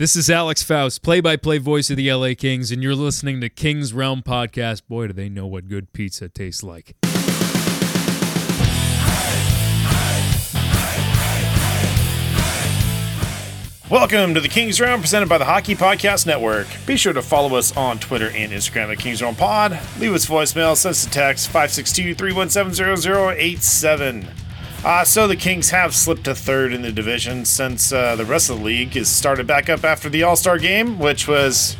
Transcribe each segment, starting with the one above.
This is Alex Faust, play by play voice of the LA Kings, and you're listening to King's Realm Podcast. Boy, do they know what good pizza tastes like. Welcome to the Kings Round presented by the Hockey Podcast Network. Be sure to follow us on Twitter and Instagram at Kings Round Pod. Leave us voicemail, send us a text 562 317 0087. Uh, so the Kings have slipped to third in the division since uh, the rest of the league is started back up after the All Star game, which was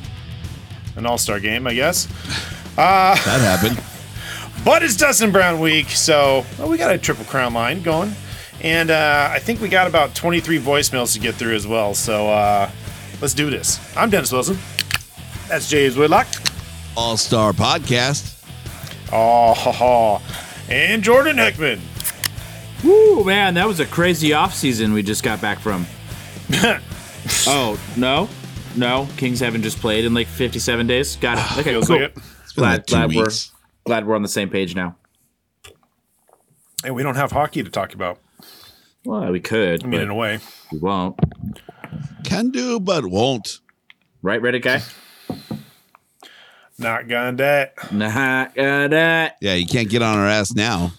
an All Star game, I guess. That happened. But it's Dustin Brown week, so well, we got a triple crown line going, and uh, I think we got about 23 voicemails to get through as well. So uh, let's do this. I'm Dennis Wilson. That's James Whitlock. All Star Podcast. Oh, ha, ha. and Jordan Heckman. Woo, man, that was a crazy offseason we just got back from. oh, no? No, Kings haven't just played in like 57 days. Got it. Okay, Feels cool. like it. been Glad, like two glad, we're, weeks. glad we're on the same page now. And we don't have hockey to talk about. Well, we could, I mean, but in a way, we won't. Can do, but won't. Right, Reddit guy? not gonna that. nah, uh, nah. Yeah, you can't get on our ass now.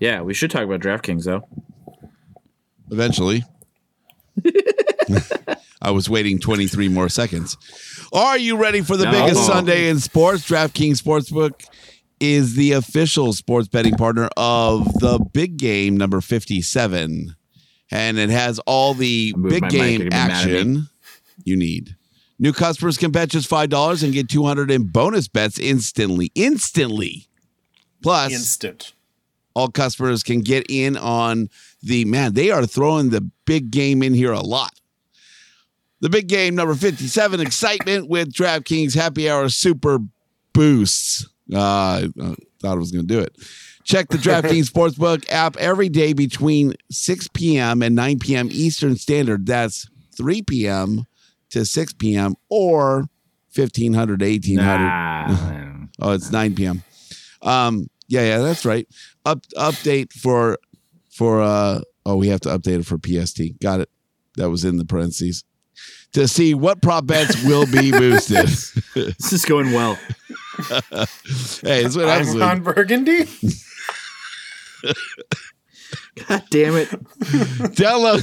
Yeah, we should talk about DraftKings, though. Eventually. I was waiting 23 more seconds. Are you ready for the No. biggest Sunday in sports? DraftKings Sportsbook is the official sports betting partner of the big game number 57. And it has all the Move my big mic, game you're gonna be mad at me. action you need. New customers can bet just $5 and get 200 in bonus bets instantly. Instantly. Plus, Instant. all customers can get in on the man. They are throwing the big game in here a lot. The big game number 57 excitement with DraftKings Happy Hour Super Boosts. Uh, I thought I was going to do it. Check the DraftKings Sportsbook app every day between 6 p.m. and 9 p.m. Eastern Standard. That's 3 p.m. to 6 p.m. or 1500 to 1800. Nah. Oh, it's 9 p.m. Um, yeah, yeah, that's right. Up update for for uh oh, we have to update it for PST. Got it. That was in the parentheses. To see what prop bets will be boosted. this is going well. hey, that's what happens I'm when on Burgundy. God damn it. Della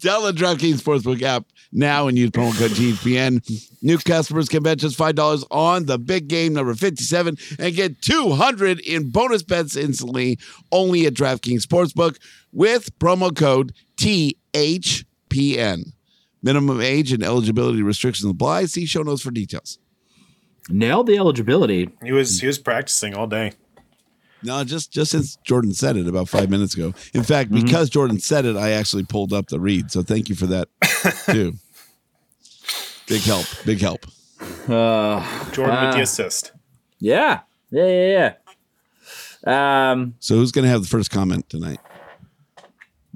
Della DraftKings Sportsbook app now and use promo code TPN. New customers can bet just five dollars on the big game number fifty-seven and get two hundred in bonus bets instantly. Only at DraftKings Sportsbook with promo code THPN. Minimum age and eligibility restrictions apply. See show notes for details. Nailed the eligibility. He was he was practicing all day. No, just just since Jordan said it about five minutes ago. In fact, because Jordan said it, I actually pulled up the read. So thank you for that too. Big help. Big help. Jordan with Ah. the assist. Yeah. Yeah, yeah, yeah. Um, So who's gonna have the first comment tonight?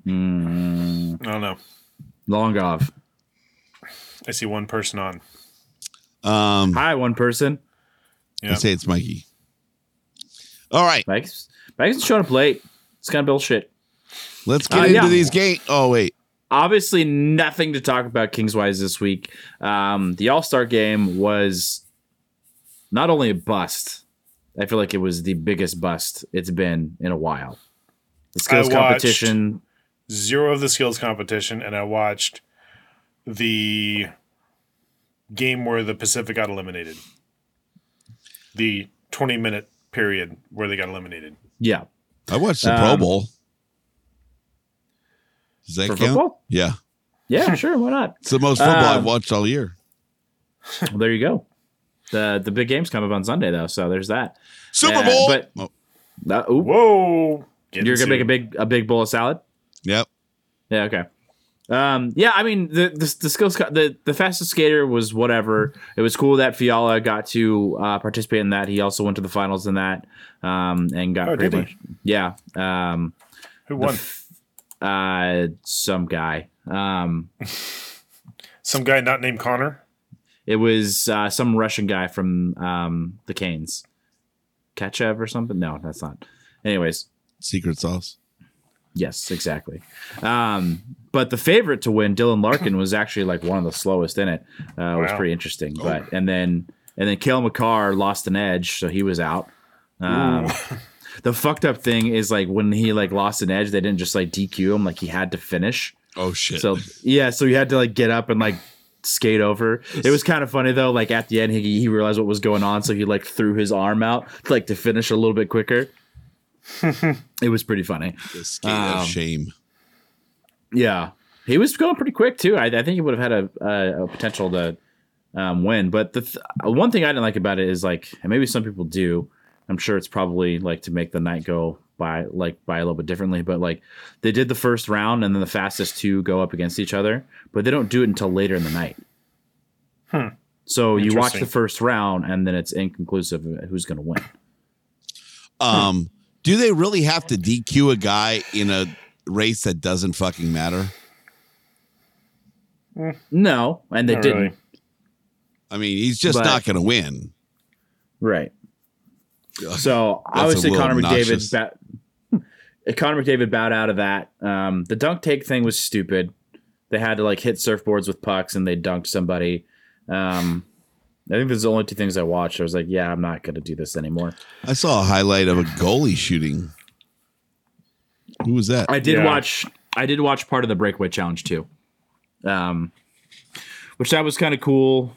I don't know. hmm. long off. I see one person on. Um Hi, one person. Yeah. I say it's Mikey. All right, Mike's Mike's showing up late. It's kind of bullshit. let's get Uh, into yeah. these games. Oh wait. Obviously, nothing to talk about Kingswise this week. Um, the All Star game was not only a bust. I feel like it was the biggest bust it's been in a while. The skills I watched- competition. zero of the skills competition and I watched the game where the Pacific got eliminated. The 20 minute period where they got eliminated. Yeah. I watched the Pro Um, Bowl. Does that for count? football? Yeah. Yeah, sure. Why not? It's the most football Um, I've watched all year. Well, there you go. The the big games come up on Sunday though, so there's that. Super yeah, Bowl. but- Oh, Uh, ooh, Whoa. Getting you're gonna make a sued. big a big bowl of salad. yep. Yeah, okay. Um, yeah, I mean the the, the skills co- the the fastest skater was whatever. It was cool that Fiala got to uh, participate in that. He also went to the finals in that um, and got Oh, pretty did much he? yeah um, Who won? uh, some guy. Um, Some guy not named Connor. it was uh, some Russian guy from um, the Canes, Kachev or something. No, that's not. Anyways, Secret sauce. Yes, exactly. Um, but the favorite to win, Dylan Larkin, was actually like one of the slowest in it. Uh, It was Wow. pretty interesting. But and then and then Kale McCarr lost an edge, so he was out. Um, the fucked up thing is like when he like lost an edge, they didn't just like DQ him; like he had to finish. Oh shit. So yeah, so he had to like get up and like skate over. It was kind of funny though. Like at the end, he, he realized what was going on, so he like threw his arm out like to finish a little bit quicker. it was pretty funny. the skate of um, shame. Yeah, he was going pretty quick too. I, I think he would have had a, a, a potential to um, win. But the th- one thing I didn't like about it is like, and maybe some people do. I'm sure it's probably like to make the night go by like by a little bit differently. But like they did the first round, and then the fastest two go up against each other, but they don't do it until later in the night. So you watch Hmm. Interesting. the first round, and then it's inconclusive who's going to win. Um, do they really have to DQ a guy in a race that doesn't fucking matter? No, and they Not didn't. really. I mean, he's just But- not going to win. Right. So That's a obviously little Connor obnoxious. McDavid ba- Connor McDavid bowed out of that. Um, the dunk take thing was stupid. They had to like hit surfboards with pucks and they dunked somebody. Um, I think there's the only two things I watched. I was like, yeah, I'm not gonna do this anymore. I saw a highlight of a goalie shooting. Who was that? I did Yeah. watch I did watch part of the breakaway challenge too. Um which that was kind of cool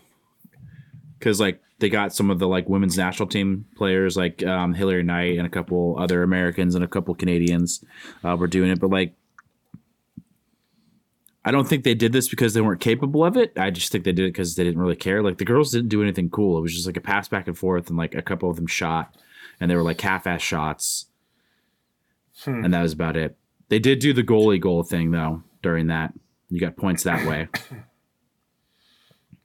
cuz like they got some of the like women's national team players like um Hillary Knight and a couple other Americans and a couple Canadians uh were doing it but like I don't think they did this because they weren't capable of it. I just think they did it because they didn't really care. Like the girls didn't do anything cool. It was just like a pass back and forth, and like a couple of them shot, and they were like half-ass shots, and that was about it. They did do the goalie goal thing though during that. You got points that way.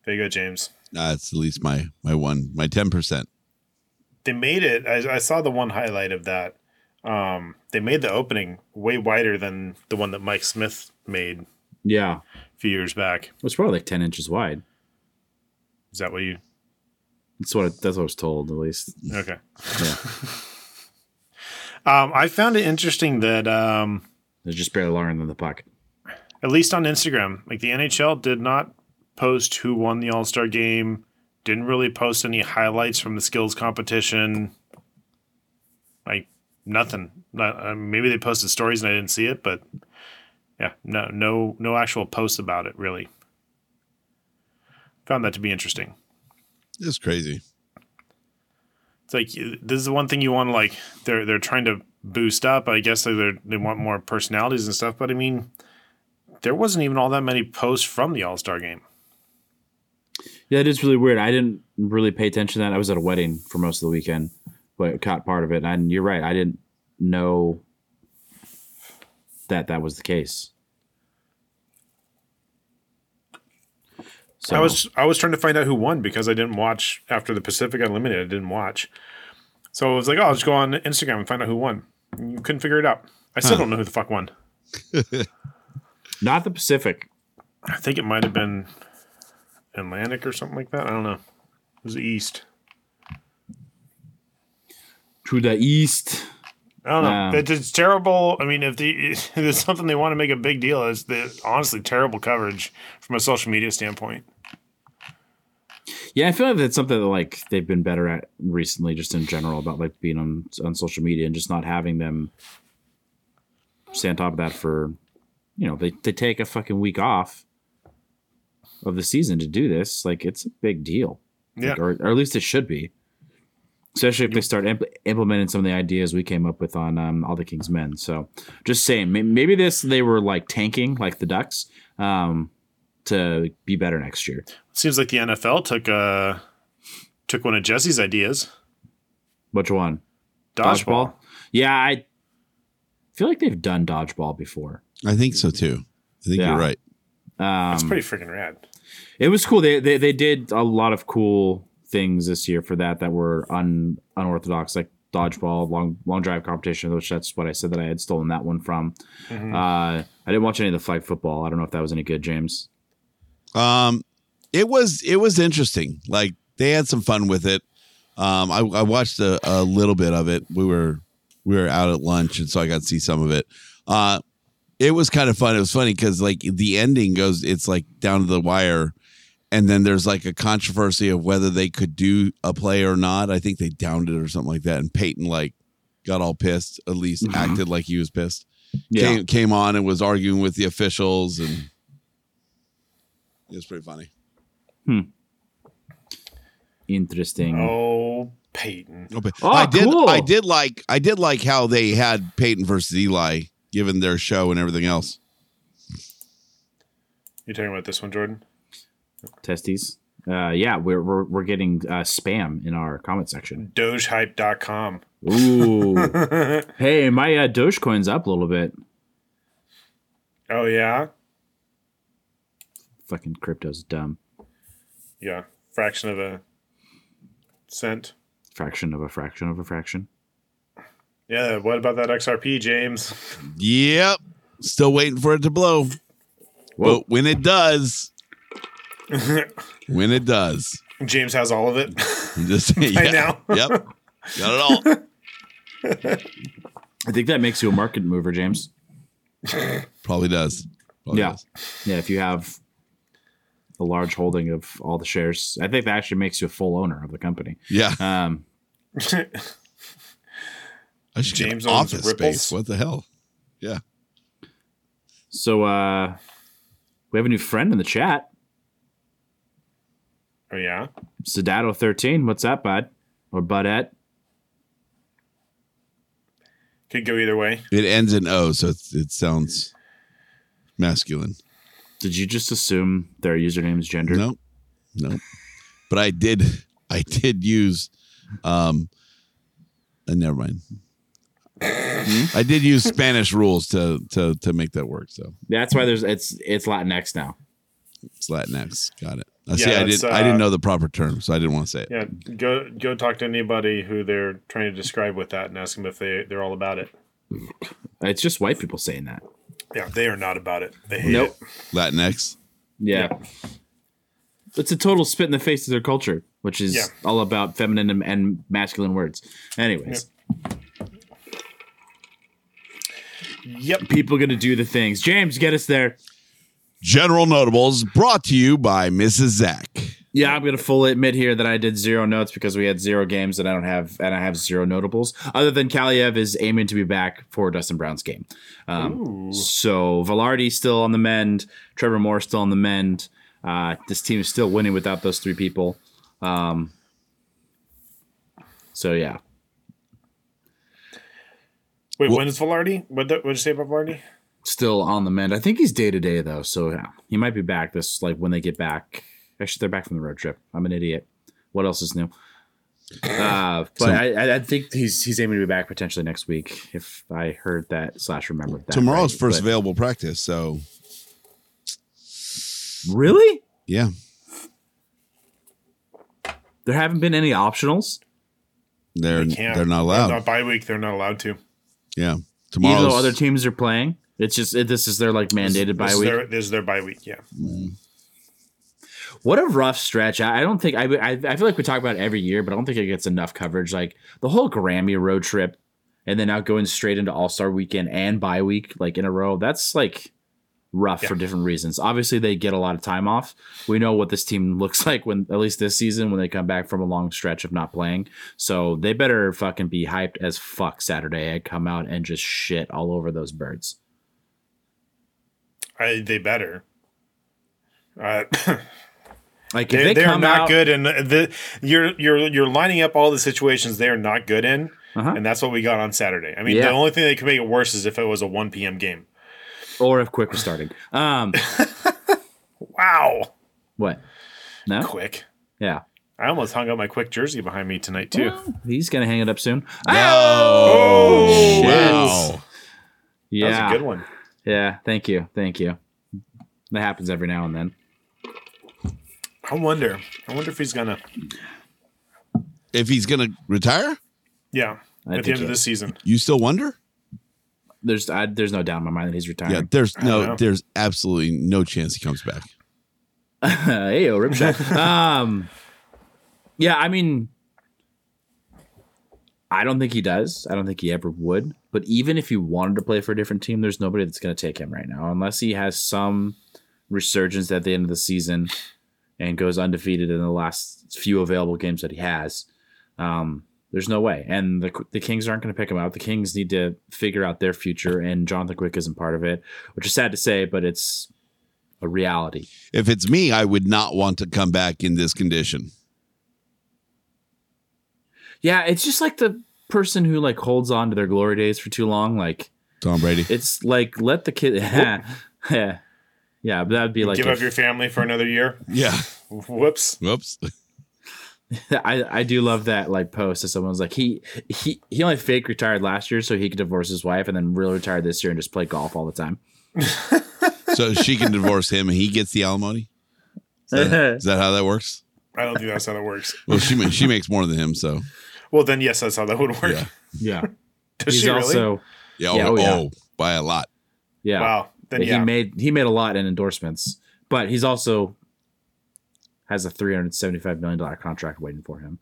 There you go, James. That's at least my my one my ten percent. They made it. I, I saw the one highlight of that. Um, they made the opening way wider than the one that Mike Smith made a yeah, few years back. it was probably like ten inches wide. Is that what you? That's what it, that's what I was told at least. Okay. Yeah, Um, I found it interesting that um, they're just barely longer than the puck. at least on Instagram, like the NHL did not post who won the All Star game, didn't really post any highlights from the skills competition, like nothing. Not, uh, maybe they posted stories and I didn't see it, but yeah, no, no, no actual posts about it really. Found that to be interesting. It's crazy. It's like you- this is the one thing you want to like. They're they're trying to boost up. I guess they they want more personalities and stuff. But I mean, there wasn't even all that many posts from the All Star game. Yeah, it is really weird. I didn't really pay attention to that. I was at a wedding for most of the weekend, but caught part of it. And you're right. I didn't know that that was the case. So I was I was trying to find out who won because I didn't watch after the Pacific Unlimited. I didn't watch, so I was like, oh, I'll just go on Instagram and find out who won. And You couldn't figure it out. I still don't know who the fuck won. not the Pacific. I think it might have been Atlantic or something like that. I don't know. It was the East. To the east. I don't know. Wow. It's, it's terrible. I mean, if, the, if there's something they want to make a big deal, is the honestly terrible coverage from a social media standpoint. Yeah, I feel like that's something that like they've been better at recently, just in general about like being on on social media and just not having them stay on top of that for, you know, they they take a fucking week off of the season to do this. Like it's a big deal, Yeah. Like, or or at least it should be. Especially if they start impl- implementing some of the ideas we came up with on um, all the King's Men. So, just saying, may- maybe this they were like tanking, like the Ducks, um, to be better next year. Seems like the NFL took uh, took one of Jesse's ideas. Which one? Dodgeball. Yeah, I feel like they've done dodgeball before. I think so too. I think Yeah. you're right. That's pretty freaking rad. Um, It was cool. They, they they did a lot of cool things this year for that that were un unorthodox, like dodgeball, long long drive competition, which that's what I said that I had stolen that one from. Mm-hmm. Hmm. Uh, I didn't watch any of the flag football. I don't know if that was any good, James. Um, it was it was interesting. Like they had some fun with it. Um, I, I watched a, a little bit of it. We were we were out at lunch, and so I got to see some of it. Uh, it was kind of fun. It was funny because like the ending goes, it's like down to the wire, and then there's like a controversy of whether they could do a play or not. I think they downed it or something like that, and Peyton like got all pissed. At least acted like he was pissed. Yeah. Came, came on and was arguing with the officials, and it was pretty funny. Interesting. Mm-hmm. Oh, Peyton. Okay. Oh, I did. cool. I did like. I did like how they had Peyton versus Eli, given their show and everything else. You talking about this one, Jordan? Testes. Uh, yeah, we're we're, we're getting uh, spam in our comment section. Dogehype.com. Ooh. hey, my uh, Dogecoin's up a little bit. Oh, yeah? Fucking crypto's dumb. Yeah. Fraction of a cent. Fraction of a fraction of a fraction. Yeah, what about that XRP, James? Yep. Still waiting for it to blow. Whoa. But when it does, when it does, James has all of it. I'm just saying. Right yeah, now. yep. Got it all. I think that makes you a market mover, James. Probably does. Probably yeah. does. Yeah, if you have a large holding of all the shares, I think that actually makes you a full owner of the company. Yeah. Um, I should James James owns office Ripples. space. What the hell? Yeah. so uh, we have a new friend in the chat, Oh, yeah? Sedato13. What's up, bud? Or budette? Could go either way. It ends in O, so it's, it sounds masculine. Did you just assume their username's gender? No, no. But I did. I did use. Um, uh, never mind. Hmm? I did use Spanish rules to to to make that work. So That's why there's it's it's Latinx now. it's Latinx. Got it. I Yeah, see. I it's, didn't. I didn't uh, know the proper term, so I didn't want to say it. Yeah, go go talk to anybody who they're trying to describe with that and ask them if they, they're all about it. It's just white people saying that. Yeah, they are not about it. They hate Nope. it. Latinx. Yeah. It's a total spit in the face of their culture, which is Yeah. all about feminine and masculine words. Anyways, Yep. people gonna do the things. James, get us there. General Notables brought to you by Mrs. Zach. Yeah, I'm gonna fully admit here that I did zero notes because we had zero games and I don't have and I have zero notables other than Kaliev is aiming to be back for Dustin Brown's game. Um, so Velarde's still on the mend, Trevor Moore's still on the mend. Uh, this team is still winning without those three people. Um, so yeah, Wait, Well- when is Velarde? What did you say about Velarde? still on the mend. I think he's day to day though, so yeah, he might be back. This like when they get back. Actually, they're back from the road trip. I'm an idiot. What else is new? Uh, but So- I I, I think he's he's aiming to be back potentially next week if I heard that slash remembered that. Tomorrow's right. first But- available practice. So Really? yeah, There haven't been any optionals. they're They can't. they're not allowed. Not bye week. They're not allowed to. yeah. Even Tomorrow's though other teams are playing, it's just it, this is their like mandated This bye is week. Their, this is their bye week. Yeah. What a rough stretch. I I don't think I, I I feel like we talk about it every year, but I don't think it gets enough coverage. Like the whole Grammy road trip and then now going straight into All Star weekend and bye week, like in a row, that's like rough for different reasons. Obviously, they get a lot of time off. We know what this team looks like when, at least this season, when they come back from a long stretch of not playing. So they better fucking be hyped as fuck Saturday and come out and just shit all over those birds. I, they better. Uh, Like if they, they, they are come not out, good, and the, you're you're you're lining up all the situations they are not good in, Uh-huh. and that's what we got on Saturday. I mean, Yeah. the only thing that could make it worse is if it was a 1 p.m. game. or if quick was starting. Um, Wow, what? No, quick! yeah. I almost hung up my quick jersey behind me tonight too. He's gonna hang it up soon. Ah! Oh, wow. Yeah, that was a good one. yeah. Thank you, thank you. That happens every now and then. I wonder. I wonder if he's gonna. If he's going to retire, Yeah, I at the think end of he- this season. you still wonder? There's I, there's no doubt in my mind that he's Yeah, retiring. there's don't know. no, there's absolutely no chance he comes back. hey, oh, rip shot. um, yeah, I mean, I don't think he does. I don't think he ever would. But even if he wanted to play for a different team, there's nobody that's going to take him right now, unless he has some resurgence at the end of the season and goes undefeated in the last few available games that he has. Um, there's no way, and the the Kings aren't going to pick him up. The Kings need to figure out their future, and Jonathan Quick isn't part of it, which is sad to say, but it's a reality. If it's me, I would not want to come back in this condition. Yeah, it's just like the person who like holds on to their glory days for too long. Like Tom Brady. it's like let the kid. yeah, yeah, but that'd be like Give if- up your family for another year. Yeah. Whoops. Whoops. I I do love that like post that someone's like he he he only fake retired last year so he could divorce his wife and then really retired this year and just play golf all the time. So she can divorce him and he gets the alimony. Is that- is that how that works? I don't think that's how that works. Well, she ma- she makes more than him, so Well, then yes, that's how that would work. Yeah. yeah, Does he's she really? also yeah. Oh, Yeah, oh, yeah. oh, by a lot. yeah. Wow. Then He yeah. made he made a lot in endorsements, but he's also has a three hundred seventy five million dollar contract waiting for him.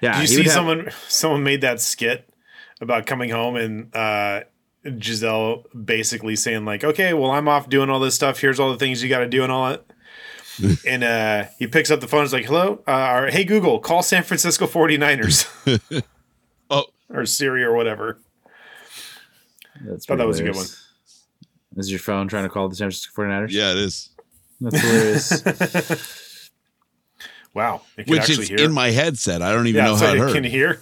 Yeah, Did you he see would have- someone someone made that skit about coming home and uh Giselle basically saying like, "Okay, well I'm off doing all this stuff. Here's all the things you got to do and all that." and uh he picks up the phone. He's like, "Hello, uh, or, hey Google, call San Francisco 49ers." Oh. or Siri or whatever. That's Thought that was a good hilarious. Is your phone trying to call the San Francisco 49ers? Yeah, it is. That's hilarious. Wow, it can Which actually is hear. in my headset. I don't even yeah, know so how it it hurt. can hear.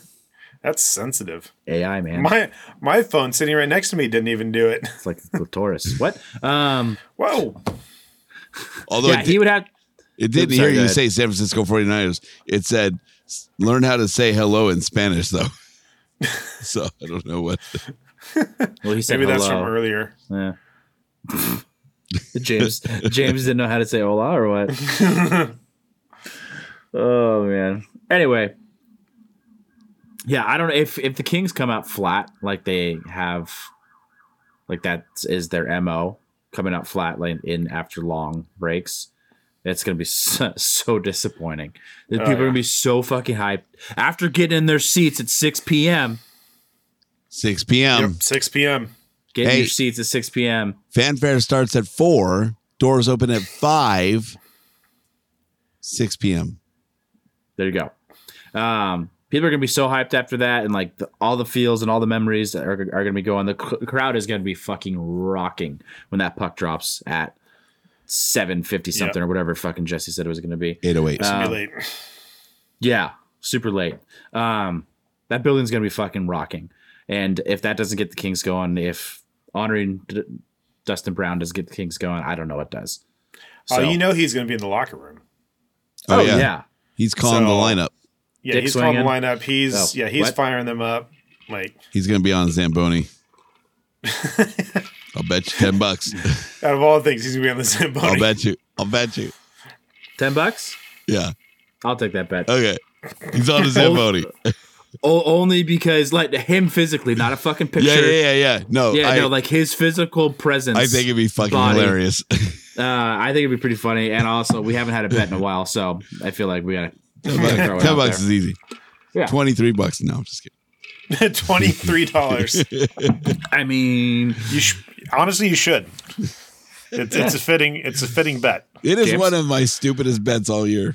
That's sensitive. AI, man. My my phone sitting right next to me didn't even do it. it's like the Taurus. What? Um, Whoa, Although yeah, it, did, he would have. it didn't Oops, sorry, hear go you ahead. say San Francisco 49ers. It said "S- learn how to say hello in Spanish though. so I don't know what Well, he said maybe that's from hello. earlier. Yeah. James James didn't know how to say hola or what? Um, oh man. Anyway. Yeah, I don't know if if the Kings come out flat like they have like that is their MO coming out flat like in after long breaks. It's going to be so, so disappointing. The people are yeah. going to be so fucking hyped after getting in their seats at 6 p.m. 6 p.m. Yep, 6 p.m. Getting Hey. your seats at 6 p.m. Fanfare starts at 4, doors open at 5. 6 p.m. There you go. Um, people are gonna be so hyped after that, and like the, all the feels and all the memories that are, are gonna be going. The c- crowd is gonna be fucking rocking when that puck drops at seven fifty something or whatever fucking Jesse said it was gonna be. 808. It's gonna Um, be late. Yeah, super late. Um, that building's gonna be fucking rocking. And if that doesn't get the Kings going, if honoring D- Dustin Brown doesn't get the Kings going, I don't know what does. oh, you know he's going to be in the locker room. oh, yeah. uh, He's So- calling the lineup. Yeah, Dick he's calling the swinging. lineup. He's Oh, yeah, he's what? firing them up. Like He's going to be on Zamboni. I'll bet you 10 bucks. out of all things, he's going to be on the I'll Zamboni. bet you. I'll bet you. Ten bucks? Yeah. I'll take that bet. Okay. He's Oh, on a Zamboni. O- only because like him physically, not a fucking picture. Yeah, yeah, yeah, yeah. No, Yeah, I, no, like his physical presence. I think it'd be fucking body. hilarious. Uh, I think it'd be pretty funny, and also we haven't had a bet in a while, so I feel like we gotta. throw it Ten out bucks there. is easy. Yeah. Twenty-three bucks. No, I'm just kidding. Twenty three dollars. I mean, you sh- honestly, you should. It's, it's a fitting. It's a fitting bet. It is James? one of my stupidest bets all year.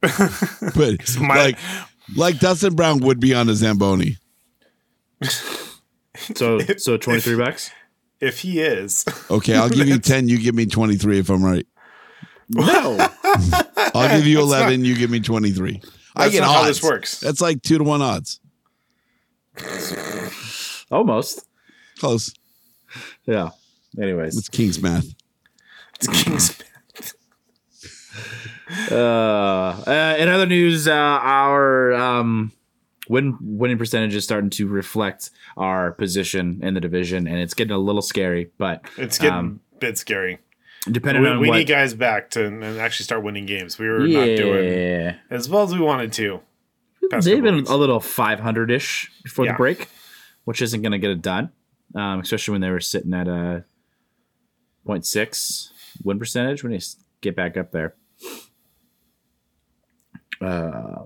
but my- like, like Dustin Brown would be on a Zamboni. so so twenty three bucks. If he is, Okay, I'll give you ten. You give me twenty-three if I'm right. No, I'll give you eleven. you give me twenty-three. I That's get not odds. how this works. That's like two to one odds. almost. Close. Yeah. Anyways, It's King's math. it's Kings. uh, uh, in other news, uh, our um, win winning percentage is starting to reflect our position in the division, and it's getting a little scary. But It's getting um, a bit scary. depending We, on we what, need guys back to and actually start winning games. We were yeah, not doing as well as we wanted to. past they've couple been weeks. a little 500 ish before Yeah. the break, which isn't going to get it done, um, especially when they were sitting at a 0.6 win percentage when they s- get back up there. Uh,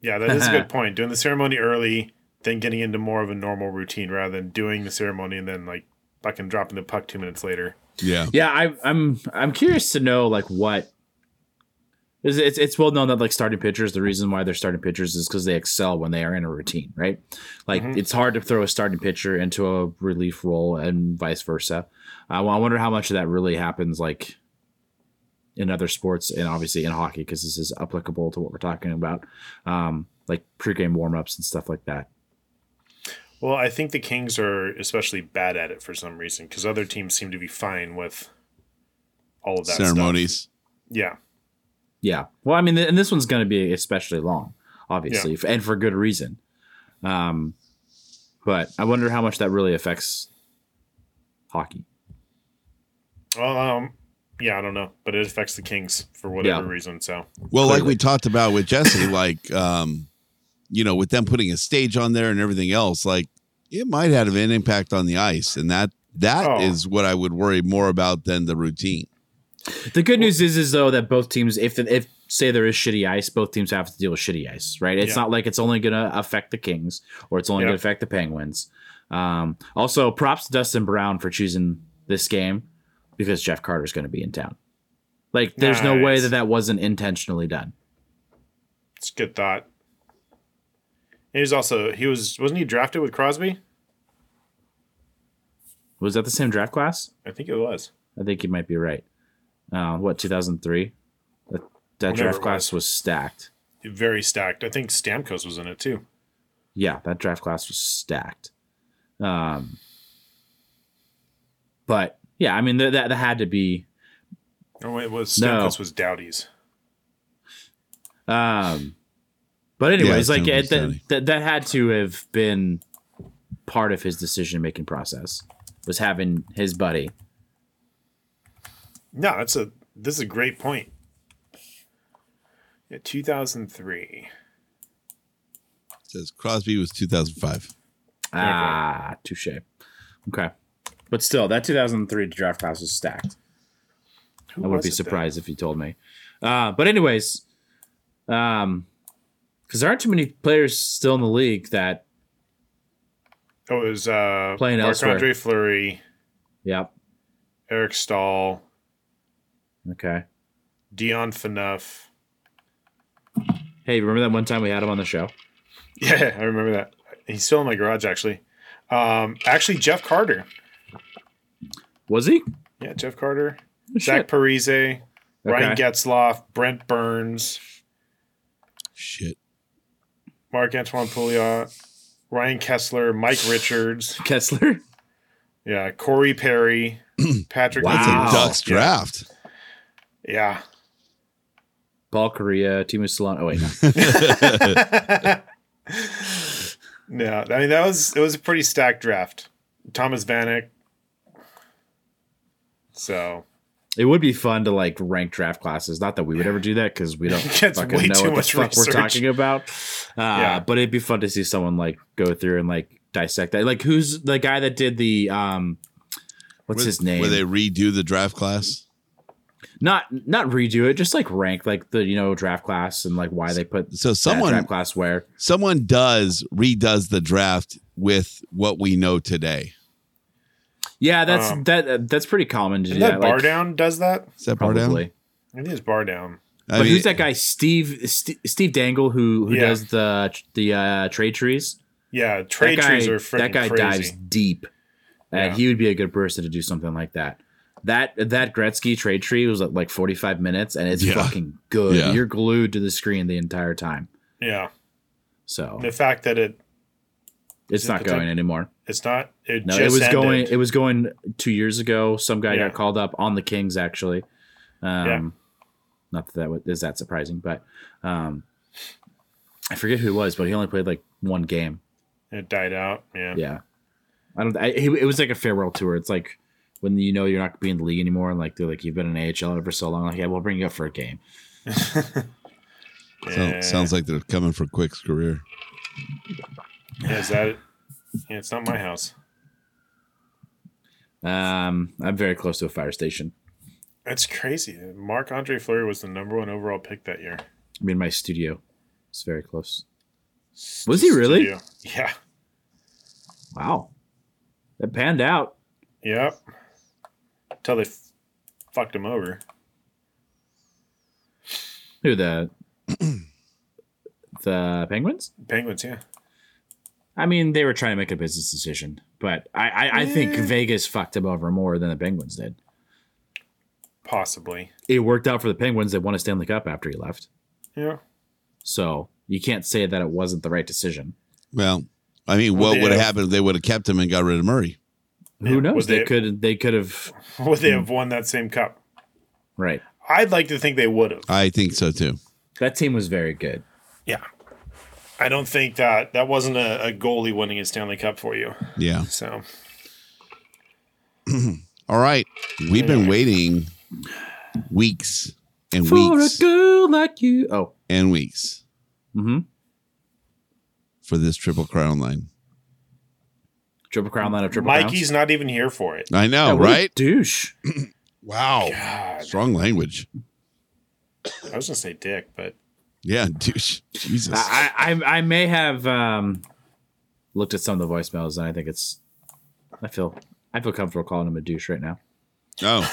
Yeah, that is a good point. Doing the ceremony early, then getting into more of a normal routine rather than doing the ceremony and then like fucking dropping the puck two minutes later. Yeah. yeah, I, I'm I'm curious to know like what is it's it's well known that like starting pitchers, the reason why they're starting pitchers is because they excel when they are in a routine, right? Like it's hard to throw a starting pitcher into a relief role and vice versa. Uh, well, I wonder how much of that really happens like in other sports and obviously in hockey because this is applicable to what we're talking about, um, like pregame warmups and stuff like that. Well, I think the Kings are especially bad at it for some reason because other teams seem to be fine with all of that stuff. Ceremonies. Yeah. Yeah. Well, I mean, th- and this one's going to be especially long, obviously, f and for good reason. Um, but I wonder how much that really affects hockey. Well, um, yeah, I don't know, but it affects the Kings for whatever Yeah. reason. So Well, like Clearly. we talked about with Jesse, like um, you know, with them putting a stage on there and everything else, like it might have an impact on the ice, and that that is Oh. what I would worry more about than the routine. The good news is, is though, that both teams, if if say there is shitty ice, both teams have to deal with shitty ice, right? It's Yeah. not like it's only going to affect the Kings or it's only Yeah. going to affect the Penguins. Um, also, props to Dustin Brown for choosing this game because Jeff Carter's going to be in town. Like, there's no way Nice. that that wasn't intentionally done. it's a good thought. He was also he was wasn't he drafted with Crosby? Was that the same draft class? I think it was. I think you might be right. Uh, what 2003? That, that Whatever it draft class was stacked. Very stacked. I think Stamkos was in it too. Yeah, that draft class was stacked. Um, but yeah, I mean that that that had to be. Oh, it was No. Stamkos was Dowdy's. Um, but anyways, Yeah, like Tim it, that, Vicente. that that had to have been part of his decision making process was having his buddy. No, that's a this is a great point. Yeah, 2003. It says Crosby was two thousand five. Ah, touche. Okay, but still, that 2003 draft class was stacked. Who I wouldn't was be it then? surprised if you told me. Uh, but anyways, um, because there aren't too many players still in the league that, Oh, it was uh, Playing elsewhere. Marc-Andre Fleury, yep, Eric Stahl, okay. Dion Phaneuf. Hey, remember that one time we had him on the show? Yeah, I remember that. He's still in my garage, actually. Um, actually, Jeff Carter. Was he? Yeah, Jeff Carter, Shit. Zach Parise, Ryan Okay. Getzloff, Brent Burns, Shit. Mark Antoine Pouliot, Ryan Kessler, Mike Richards, Kessler. yeah, Corey Perry, Patrick. Wow. That's Wow. a Ducks Yeah. draft. Yeah. Paul Korea, Timu Solana. Oh wait, no. No, I mean that was it was a pretty stacked draft. Thomas Vanek. So it would be fun to like rank draft classes. Not that we would ever do that because we don't That's fucking way know too what the much fuck we're research. talking about. Uh, Yeah. But it'd be fun to see someone like go through and like dissect that. Like who's the guy that did the um, what's his name? Where they redo the draft class. not not redo it, just like rank like the you know draft class and like why they put So someone someone draft class where. someone does redoes the draft with what we know today. Yeah, that's Um, that uh, that's pretty common to do isn't that. that Bar like, Down does that? Is that part down? probably. I think it's Bar Down. I But mean, who's that guy? Steve St- Steve Dangle who who Yeah. does the the uh, trade trees. Yeah, trade that guy, trees are that freaking guy crazy. dives deep, and Yeah. he would be a good person to do something like that. That that Gretzky trade tree was like forty five minutes, and it's Yeah. fucking good. Yeah. You're glued to the screen the entire time, Yeah, so the fact that it it's it not the going type- anymore. it's not it No, just it was ended. going. It was going two years ago. Some guy Yeah. got called up on the Kings actually. Um, Yeah. Not that that wa- is that surprising, but um, I forget who it was, but he only played like one game. It died out. Yeah. Yeah, I don't. I, it it was like a farewell tour. It's like when you know you're not going to be in the league anymore, and like they're like you've been in AHL for so long. Like, yeah, we'll bring you up for a game. Yeah. So, sounds like they're coming for Quick's career. Yeah, is that it? Yeah, it's not my house. Um, I'm very close to a fire station. That's crazy. Marc Andre Fleury was the number one overall pick that year. I'm in my studio. It's very close. Was he really? Studio. Yeah. Wow, that panned out. Yep. Until they f- fucked him over. Who the the Penguins? Penguins, yeah. I mean, they were trying to make a business decision, but I, I, I think Vegas fucked him over more than the Penguins did. Possibly. It worked out for the Penguins. They won a Stanley Cup after he left. Yeah. So you can't say that it wasn't the right decision. Well, I mean, what Well, would have yeah. happened if they would have kept him and got rid of Murray? Yeah, Who knows? was They it- could they could have Would they have won that same cup? right. I'd like to think they would have. I think so too. That team was very good. Yeah. I don't think that that wasn't a, a goalie winning a Stanley Cup for you. Yeah. So All right. We've been waiting weeks and weeks girl like you. Oh, and weeks mm-hmm. for this triple crown line. Triple crown line of triple Mikey's crowns. not even here for it. I know, Yeah, what Oh, a right? douche. Wow. God, Strong language. I was gonna say dick, but Yeah, douche. Jesus. I, I I may have um, looked at some of the voicemails and I think it's I feel I feel comfortable calling him a douche right now. oh.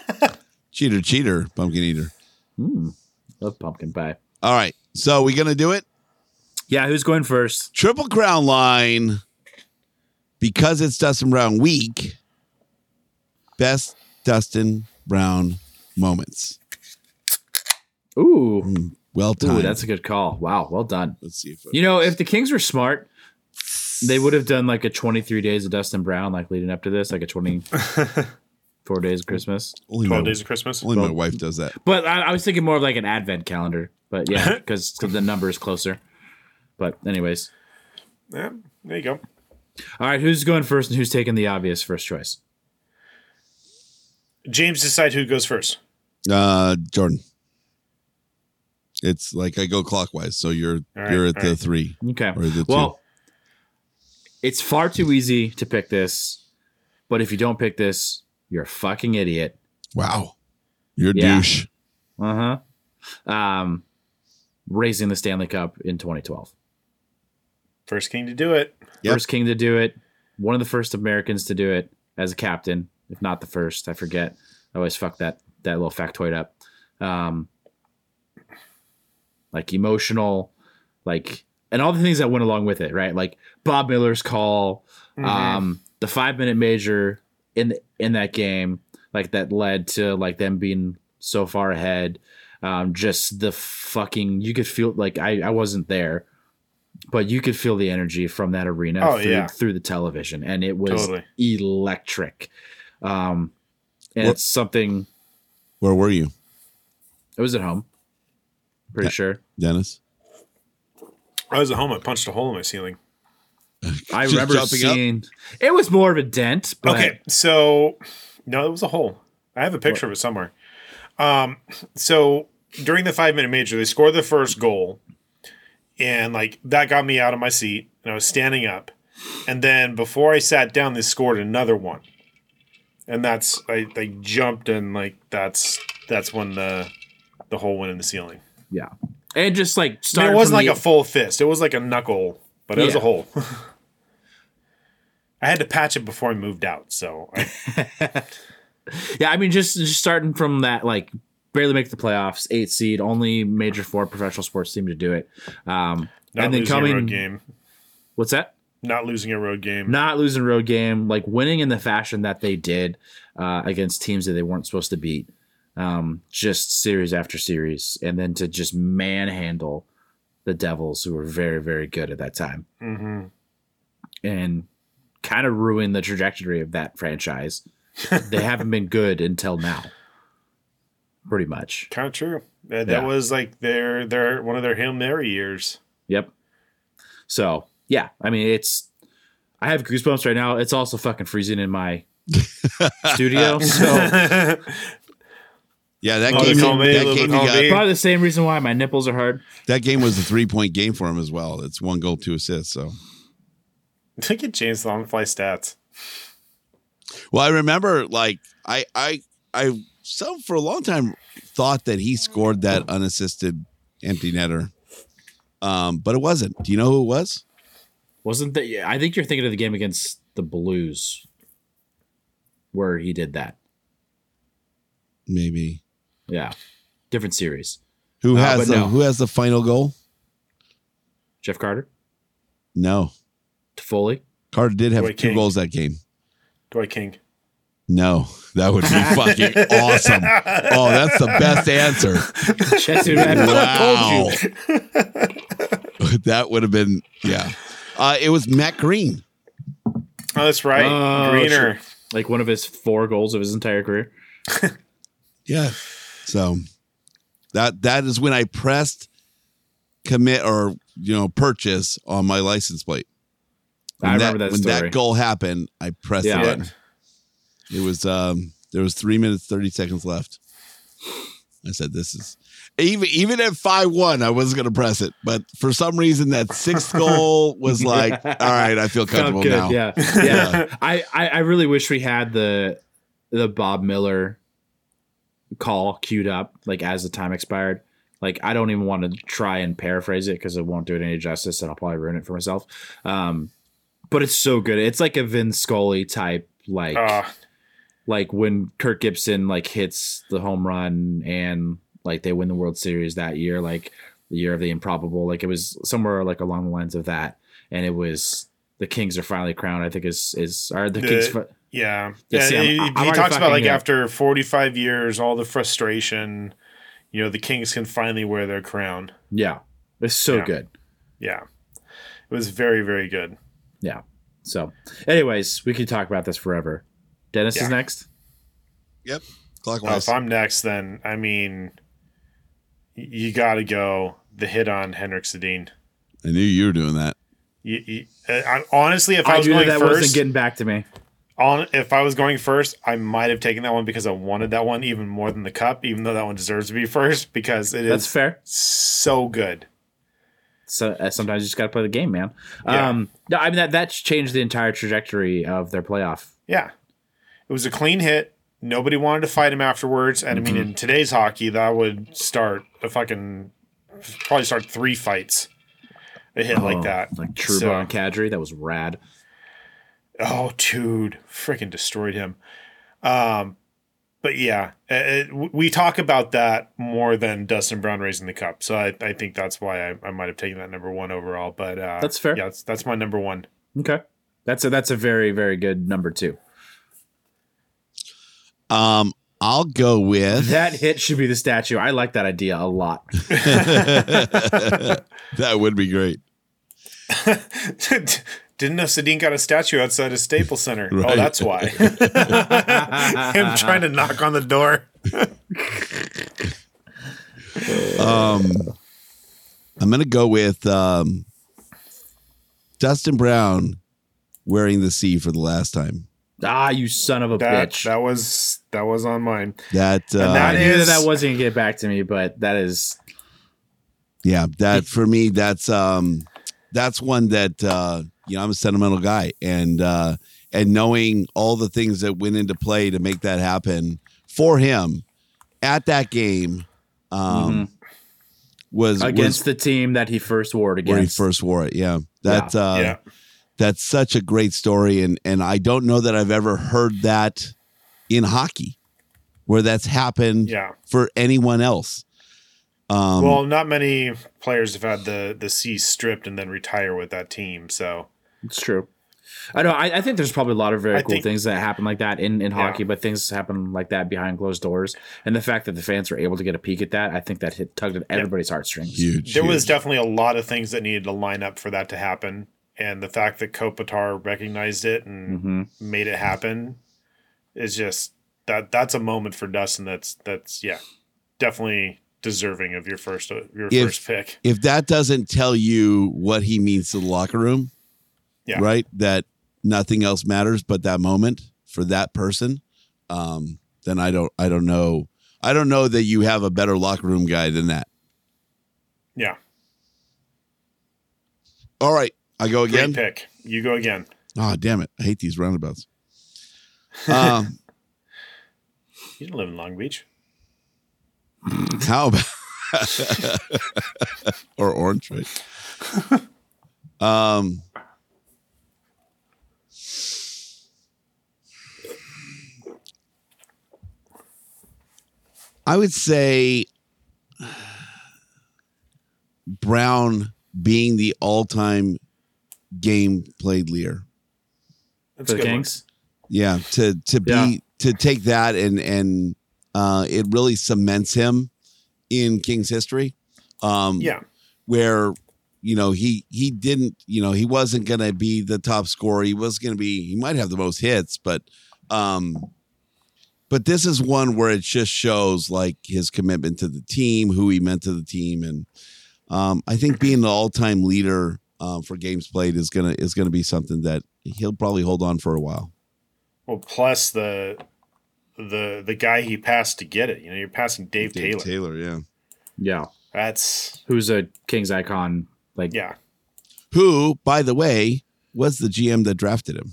cheater, cheater, pumpkin eater. Love pumpkin pie. All right. So we gonna do it? Yeah, who's going first? Triple crown line, because it's Dustin Brown week, best Dustin Brown moments. Ooh, Well ooh, timed. that's a good call. Wow, well done. Let's see if You know, if the Kings were smart, they would have done like a 23 days of Dustin Brown, like leading up to this, like a 24 days of Christmas. only, twelve my, days of Christmas. only my wife does that. But I, I was thinking more of like an advent calendar. But yeah, because the number is closer. But anyways, Yeah, there you go. all right, who's going first and who's taking the obvious first choice? James decide who goes first. Uh, Jordan. It's like I go clockwise, so you're All right, you're at all the right. three. Okay. Or the two. Well, it's far too easy to pick this. But if you don't pick this, you're a fucking idiot. Wow, you're a Yeah. douche. Uh huh. Um, raising the Stanley Cup in 2012. First king to do it. Yep. First king to do it. One of the first Americans to do it as a captain, if not the first. I forget. I always fuck that that little factoid up. Um, like emotional, like and all the things that went along with it, right? Like Bob Miller's call, Mm-hmm. um, the five minute major in in that game, like that led to like them being so far ahead. Um, just the fucking you could feel like I I wasn't there, but you could feel the energy from that arena Oh, through, yeah. through the television, and it was Totally. electric. Um, and What- it's something. Where were you, It was at home, pretty sure. Dennis? I was at home. I punched a hole in my ceiling. I Just remember jumping up? seeing. It was more of a dent, but Okay, so no, it was a hole. I have a picture of it somewhere. Um, so during the five minute major, they scored the first goal, and like that got me out of my seat, and I was standing up. And then before I sat down, they scored another one, and that's I they jumped and like that's that's when the the hole went in the ceiling. yeah, and just like I mean, started it wasn't from like the- a full fist; it was like a knuckle, but it was a Yeah. hole. I had to patch it before I moved out, so I Yeah, I mean, just, just starting from that, like barely make the playoffs, eight seed, only major four professional sports team to do it. Um, Not and then losing a road coming, game. what's that? Not losing a road game. Not losing road game, like winning in the fashion that they did uh, against teams that they weren't supposed to beat, um, just series after series, and then to just manhandle the Devils, who were very, very good at that time, Mhm. and kind of ruin the trajectory of that franchise. they haven't been good until now, pretty much. Kind of true. That, that Yeah. was like their their one of their hail mary years. Yep. So yeah, I mean it's. I have goosebumps right now. It's also fucking freezing in my studio. So Yeah, that Oh, game, they call me, that, little game call he got- me. probably the same reason why my nipples are hard. that game was a three point game for him as well. It's one goal, two assists. So, Look at James Longfly stats. well, I remember like I I I some for a long time thought that he scored that unassisted empty netter, um, but it wasn't. Do you know who it was? Wasn't that? yeah, I think you're thinking of the game against the Blues, where he did that. Maybe Yeah, different series. who Uh, has but the, no. who has the final goal? Jeff Carter, No, Toffoli. Carter did have Dwight two King. goals that game. Dwight King. No, that would be fucking awesome. Oh, that's the best answer. Chester, I would've told you. that would have been yeah. Uh, it was Matt Green. Oh, that's right. Oh, Greener. Like one of his four goals of his entire career. Yeah. So that that is when I pressed commit or you know purchase on my license plate. I When remember that when story. that goal happened, I pressed Yeah. the button. It was um there was three minutes thirty seconds left. I said this is even even at five one I was gonna press it, but for some reason that sixth goal was like, all right, I feel Felt comfortable good, now. Yeah, yeah. I, I I really wish we had the the Bob Miller call queued up like as the time expired. Like I don't even want to try and paraphrase it because it won't do it any justice, and I'll probably ruin it for myself. Um, but it's so good. It's like a Vin Scully type, like Ah, like when Kirk Gibson like hits the home run and like they win the World Series that year, like the year of the improbable. Like it was somewhere like along the lines of that, and it was the Kings are finally crowned. I think is is are the, The- Kings. fi- yeah. Yeah, yeah see, I'm- he- I'm he already talks about fucking like here. after 45 years, all the frustration, you know, the Kings can finally wear their crown. yeah, it's so Yeah. good. Yeah. It was very, very good. Yeah. So, anyways, we could talk about this forever. Dennis Yeah. is next. Yep. Uh, Clockwise. if I'm next, then I mean, y- you got to go the hit on Henrik Sedin. I knew you were doing that. You, you, uh, I, honestly, if I, I was knew going that wasn't first, getting back to me. on if I was going first, I might have taken that one because I wanted that one even more than the cup, even though that one deserves to be first because it is That's fair. so good. so uh, sometimes you just got to play the game, man. Yeah. Um, no, I mean that that's changed the entire trajectory of their playoff. Yeah. It was a clean hit. Nobody wanted to fight him afterwards. And I Mhm. mean, in today's hockey, that would start a fucking probably start three fights. A hit Oh, like that. like Truba So- and Kadri. That was rad. Oh, dude, freaking destroyed him. Um, but yeah, it, it- we talk about that more than Dustin Brown raising the cup. So I, I think that's why I, I might have taken that number one overall. But uh, That's fair. Yeah, that's, that's my number one. Okay, that's a that's a very very good number two. Um, I'll go with That hit should be the statue. I like that idea a lot. that would be great. Didn't know Sedin got a statue outside a Staples Center. Oh, Right. that's why. Him trying to knock on the door. Um, I'm gonna go with um, Dustin Brown wearing the C for the last time. Ah, you son of a That bitch. that was that was on mine. That, uh, I that knew is- that that wasn't gonna get back to me, but that is yeah, that for me, that's um, that's one that uh, you know I'm a sentimental guy, and uh, and knowing all the things that went into play to make that happen for him at that game Mm-hmm. um, was against was the team that he first wore it when he against. first wore it. Yeah, that uh, yeah. that's such a great story and and I don't know that I've ever heard that in hockey where that's happened Yeah. for anyone else. Um well, not many players have had the the C stripped and then retire with that team. So It's true. I know. I, I think there's probably a lot of very I cool think- things that happen like that in, in hockey, but things happen like that behind closed doors. And the fact that the fans were able to get a peek at that, I think that hit tugged at everybody's heartstrings. huge. there was huge. definitely a lot of things that needed to line up for that to happen, and the fact that Kopitar recognized it and hmm made it happen is just that that's a moment for Dustin. That's that's yeah, definitely deserving of your first uh, your If- first pick. If that doesn't tell you what he means to the locker room, Yeah. right? That nothing else matters but that moment for that person. Um, then I don't, I don't know, I don't know that you have a better locker room guy than that. Yeah, All right, I go great again. pick. You go again. Oh, damn it! I hate these roundabouts. Um, You don't live in Long Beach. how about or orange, right? Um, I would say Brown being the all-time game played leader. That's for a the good one. Kings. yeah to to be Yeah. to take that and and uh it really cements him in king's history um Yeah, where you know he he didn't you know he wasn't gonna be the top scorer he was gonna be he might have the most hits but um but this is one where it just shows like his commitment to the team who he meant to the team and um i think being the all-time leader um, for games played is gonna is gonna be something that he'll probably hold on for a while Well, plus the the the guy he passed to get it. You know, you're passing Dave, Taylor. yeah. Yeah. That's Who's a Kings icon? Like yeah. Who, by the way, was the GM that drafted him.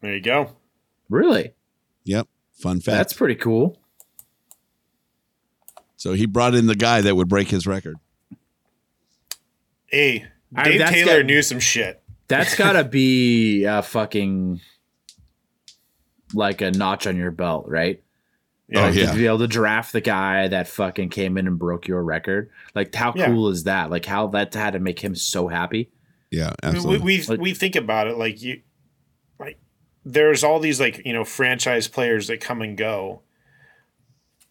There you go. really? Yep. Fun fact. That's pretty cool. so he brought in the guy that would break his record. Hey, I- Dave that's Taylor got- knew some shit. That's gotta be a fucking like a notch on your belt, right? Yeah. Oh, Like, yeah. To be able to draft the guy that fucking came in and broke your record. Like how Yeah. cool is that? Like how that had to make him so happy. Yeah, I mean, we absolutely. we, Like- we think about it like you like there's all these like you know franchise players that come and go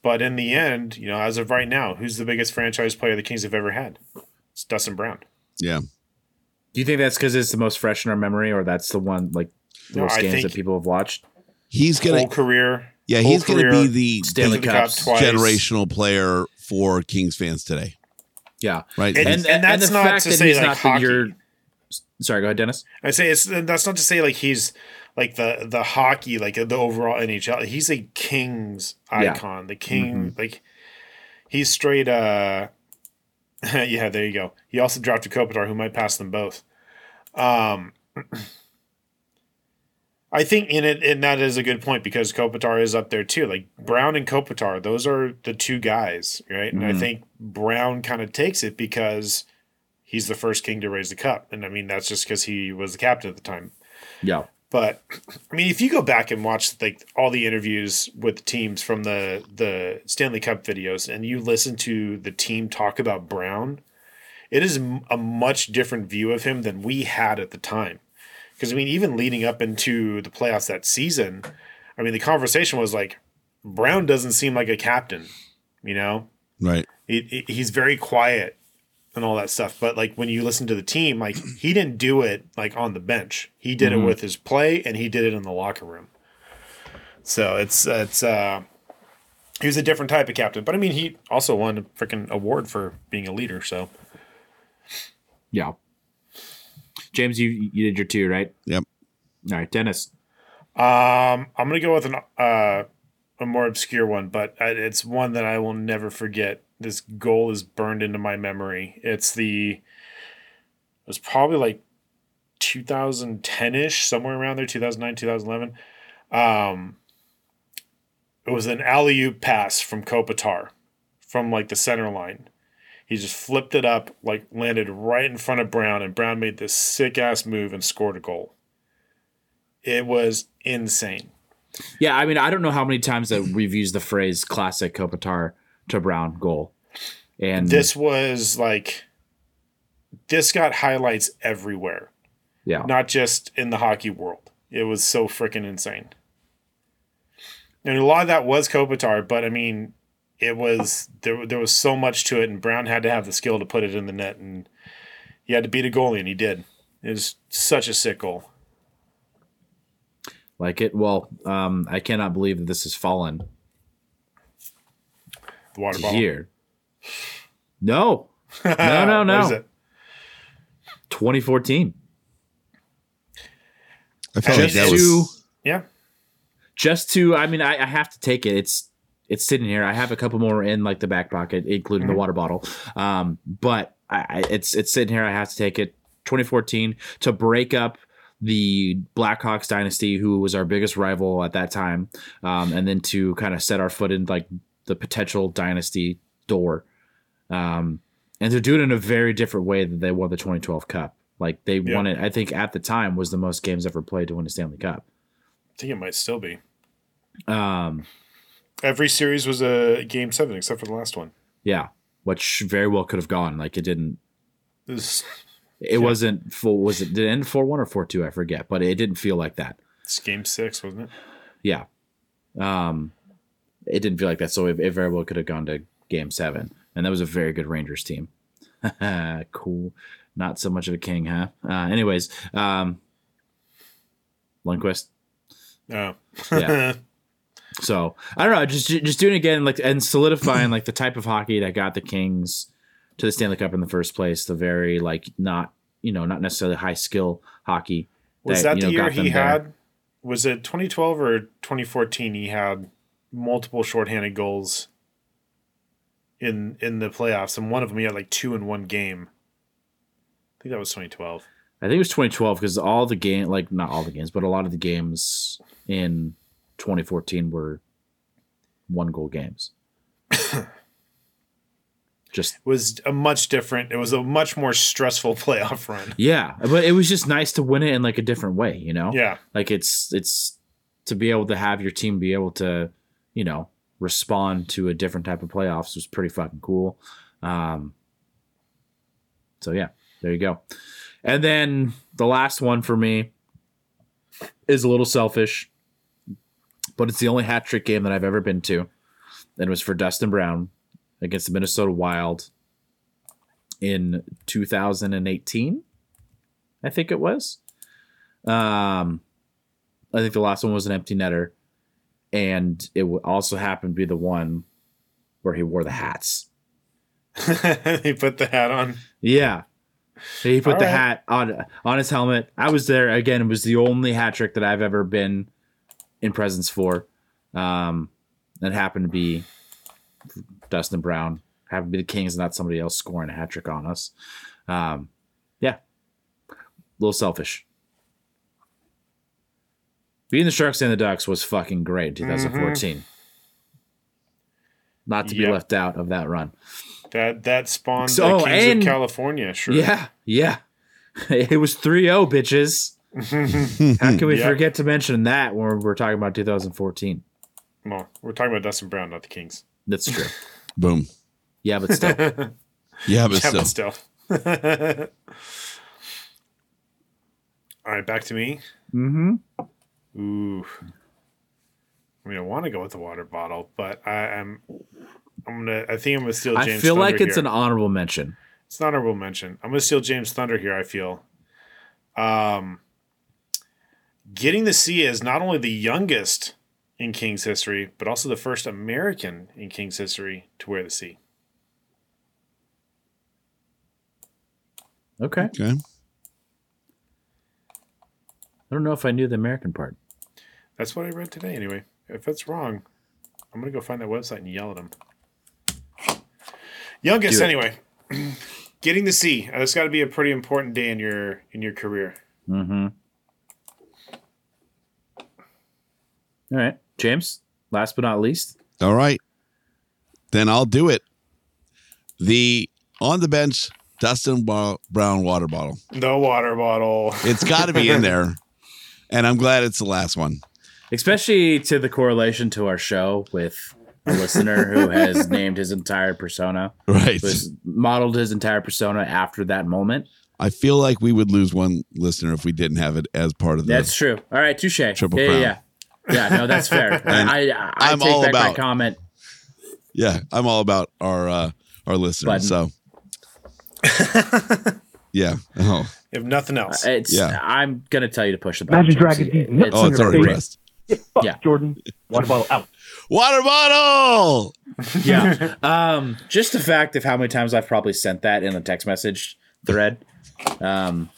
but in the end you know as of right now who's the biggest franchise player the kings have ever had it's dustin brown yeah. Do you think that's because it's the most fresh in our memory, or that's the one like the No, most I games think- that people have watched? He's gonna whole career yeah, whole he's gonna career, be the, Stanley the to the cup Cups, twice. generational player for Kings fans today. Yeah, Right? And- and, and that's the not fact to that say, he's like, not the, hockey. your. Sorry, go ahead, Dennis. i say it's that's not to say like he's like the the hockey like the overall nhl he's a king's Yeah. icon the king like he's straight uh yeah there you go he also dropped a kopitar who might pass them both um I think in it, and that is a good point because Kopitar is up there too. Like Brown and Kopitar, those are the two guys, right? And I think Brown kind of takes it because he's the first king to raise the cup, and I mean that's just because he was the captain at the time. Yeah, But I mean, if you go back and watch like all the interviews with the teams from the the Stanley Cup videos, and you listen to the team talk about Brown, it is m- a much different view of him than we had at the time. Because I mean, even leading up into the playoffs that season, I mean, the conversation was like, Brown doesn't seem like a captain, you know? right. He- he, he's very quiet and all that stuff. But like when you listen to the team, like he didn't do it like on the bench. He did it with his play and he did it in the locker room. So it's it's uh he was a different type of captain. But I mean he also won a freaking award for being a leader, so yeah. James, you you did your two, right? Yep. All right, Dennis. um I'm gonna go with an uh a more obscure one, but I- it's one that I will never forget. This goal is burned into my memory. It's the it was probably like 2010 ish, somewhere around there, 2009, 2011. Um, it was an alley oop pass from Kopitar from like the center line. He just flipped it up, like landed right in front of Brown, and Brown made this sick ass move and scored a goal. It was insane. Yeah, I mean, I don't know how many times that we've used the phrase "classic Kopitar to Brown goal," and This was like, this got highlights everywhere, yeah, not just in the hockey world. It was so freaking insane. And a lot of that was Kopitar, but I mean, it was there. There was so much to it, and Brown had to have the skill to put it in the net, and he had to beat a goalie, and he did. It was such a sick goal. like it. Well, um, I cannot believe that this has fallen. The water bottle. Uh, Here. No. No, no, What is no. it? 2014. I felt like Just that two- was Yeah. Just to, I mean, I, I have to take it. It's it's sitting here. I have a couple more in like the back pocket, including the water bottle. Um, but I, I, it's it's sitting here. I have to take it. 2014 to break up the Blackhawks dynasty, who was our biggest rival at that time, um, and then to kind of set our foot in like the potential dynasty door. Um, and to do it in a very different way than they won the 2012 Cup. Like they Yeah. won it, I think at the time was the most games ever played to win a Stanley Cup. I think it might still be. Um, Every series was a game seven except for the last one. yeah, which very well could have gone. Like it didn't. It was It wasn't full. Was it? Did it end four one or four two? I forget. But it didn't feel like that. it's game six, wasn't it? Yeah. Um, it didn't feel like that. So it, it very well could have gone to game seven, and that was a very good Rangers team. cool. Not so much of a king, huh? Uh, anyways, um, Lundqvist. No. Yeah. So I don't know, just just doing it again, like and solidifying like the type of hockey that got the Kings to the Stanley Cup in the first place. The very like not you know not necessarily high skill hockey. Was that, you the know, year got them he there. had? Was it 2012 or 2014? He had multiple shorthanded goals in in the playoffs, and one of them he had like two in one game. I think that was 2012. I think it was 2012 because all the game like not all the games, but a lot of the games in 2014 were one goal games. just It was a much different. It was a much more stressful playoff run. yeah, but it was just nice to win it in like a different way, you know. Yeah, like it's it's to be able to have your team be able to you know respond to a different type of playoffs was pretty fucking cool um so yeah there you go and then the last one for me is a little selfish but it's the only hat trick game that i've ever been to and it was for dustin brown against the minnesota wild in 2018 i think it was um I think the last one was an empty netter, and it w- also happened to be the one where he wore the hats. he put the hat on. Yeah, he put All the right. hat on on his helmet. I was there again. It was the only hat trick that I've ever been in presence for. Um, that happened to be Dustin Brown. Happened to be the Kings, not somebody else scoring a hat trick on us. Um, yeah, a little selfish. Being the Sharks and the Ducks was fucking great in Mm-hmm. 2014. Not to be Yep. left out of that run. That that spawned So- the Kings and- of California. Sure. Yeah, yeah. It was 3 0, bitches. How can we Yeah. forget to mention that when we're talking about 2014? Well, we're talking about Dustin Brown, not the Kings. That's true. boom. yeah, but still. Yeah, but Yeah, still. but still. All right, back to me. Mm-hmm. Ooh. I mean, I want to go with the water bottle, but I, I'm, I'm gonna. I think I'm gonna steal. I James feel like Thunder it's here. an honorable mention. It's not honorable mention. I'm gonna steal James Thunder here. I feel. Um. Getting to see as not only the youngest in Kings history, but also the first American in Kings history to wear the C. Okay. I Okay. don't know if I knew the American part. That's what I read today, anyway. If that's wrong, I'm gonna go find that website and yell at him. Youngest, Do it. anyway. Getting the C. Uh, That's got to be a pretty important day in your in your career. Mm-hmm. All right. James, last but not least. All right. Then I'll do it. The on the bench Dustin Wa- Brown water bottle. The water bottle. It's got to be in there. And I'm glad it's the last one. Especially to the correlation to our show with a listener who has named his entire persona. Right. was modeled his entire persona after that moment. I feel like we would lose one listener if we didn't have it as part of the That's true. All right, touche. Triple yeah, crown. yeah, yeah. Yeah, no, that's fair. And I, I, I I'm take all back about- my comment. Yeah, I'm all about our uh our listeners. Button. So Yeah. Oh. If nothing else, It's Yeah. I'm gonna tell you to push the button. Imagine James. dragging these It- nuts it's- Oh, it's already Great. pressed. Fuck Yeah. Jordan. Water bottle out. Water bottle. Yeah. um, just the fact of how many times I've probably sent that in a text message thread. Um,